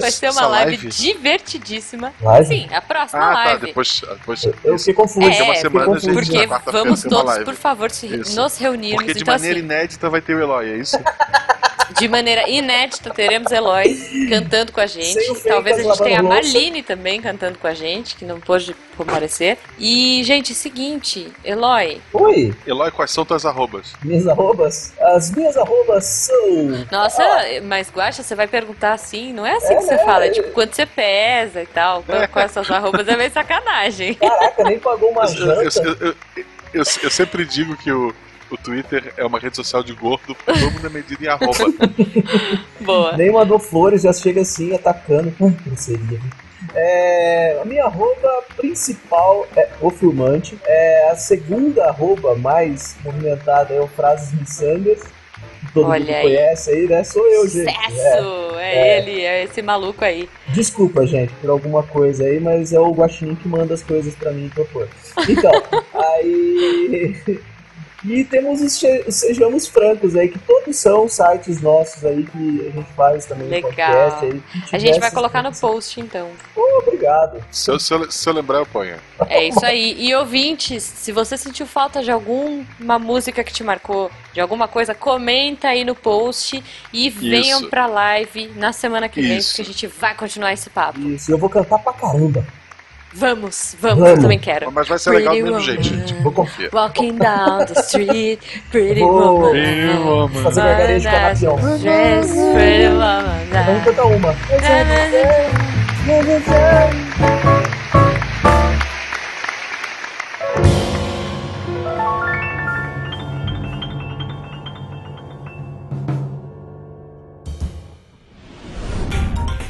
S2: vai ser uma
S1: Essa
S2: live,
S1: live?
S2: divertidíssima.
S3: Live?
S2: Sim, a próxima
S1: Ah, tá.
S2: live.
S1: Depois. depois
S3: Eu
S1: isso.
S3: fiquei confuso.
S2: É,
S1: Daqui a uma semana a gente
S3: confuso.
S2: Porque
S1: na quarta-feira
S2: vamos
S1: tem uma
S2: todos,
S1: live.
S2: por favor, se-
S1: Isso.
S2: nos reunirmos.
S1: Porque de
S2: então,
S1: maneira
S2: assim,
S1: inédita vai ter o Eloy, é isso?
S2: de maneira inédita, teremos Eloy cantando com a gente.
S3: Sem o Fê,
S2: Talvez a gente
S3: lavando
S2: tenha a
S3: louça.
S2: Marlene também cantando com a gente, que não pôde comparecer. E, gente, seguinte, Eloy,
S3: Oi,
S1: Eloy, quais são tuas arrobas?
S3: minhas arrobas. As minhas arrobas são.
S2: nossa, mas Guaxa, você vai perguntar assim, não é assim
S3: É,
S2: que você
S3: né?
S2: fala, tipo, quanto você pesa e tal, qual- quais são as arrobas, é meio sacanagem.
S3: Caraca, nem pagou uma
S1: Eu, eu-
S3: janta.
S1: eu- eu- eu- eu sempre digo que o, o Twitter é uma rede social de gordo, todo mundo é medido em arroba.
S2: Boa.
S3: Nem mandou flores, já chega assim atacando. Hum, grosseria. É, a minha arroba principal é o filmante. É, a segunda arroba mais movimentada é o Frases Missangas. que Todo
S2: Olha
S3: mundo
S2: aí.
S3: conhece aí, né? Sou eu, gente. É.
S2: Sucesso! É, ele, é esse maluco aí.
S3: Desculpa, gente, por alguma coisa aí, mas é o Guaxinim que manda as coisas pra mim propor. Então, aí... E temos os Che- os Sejamos Francos aí, que todos são sites nossos aí que a gente faz também
S2: Legal.
S3: podcast aí. que
S2: A gente
S3: tivesse-
S2: vai colocar no post, então.
S3: Pô, obrigado.
S1: Se eu, se eu- se eu lembrar, eu ponho.
S2: É isso aí. E ouvintes, se você sentiu falta de alguma música que te marcou, de alguma coisa, comenta aí no post e venham pra live na semana que vem,
S1: Isso.
S2: porque a gente vai continuar esse papo.
S3: Isso, e eu vou cantar pra caramba.
S2: Vamos, vamos,
S3: Vamos.
S2: eu também quero.
S1: Mas vai ser
S2: Pretty
S1: legal do mesmo jeito,
S2: woman.
S1: gente. Vou confiar.
S2: Walking down the street, pretty
S3: Vou
S2: woman.
S3: fazer gargarejo com a Lampião.
S2: Dress, pretty woman.
S3: Vamos cantar uma.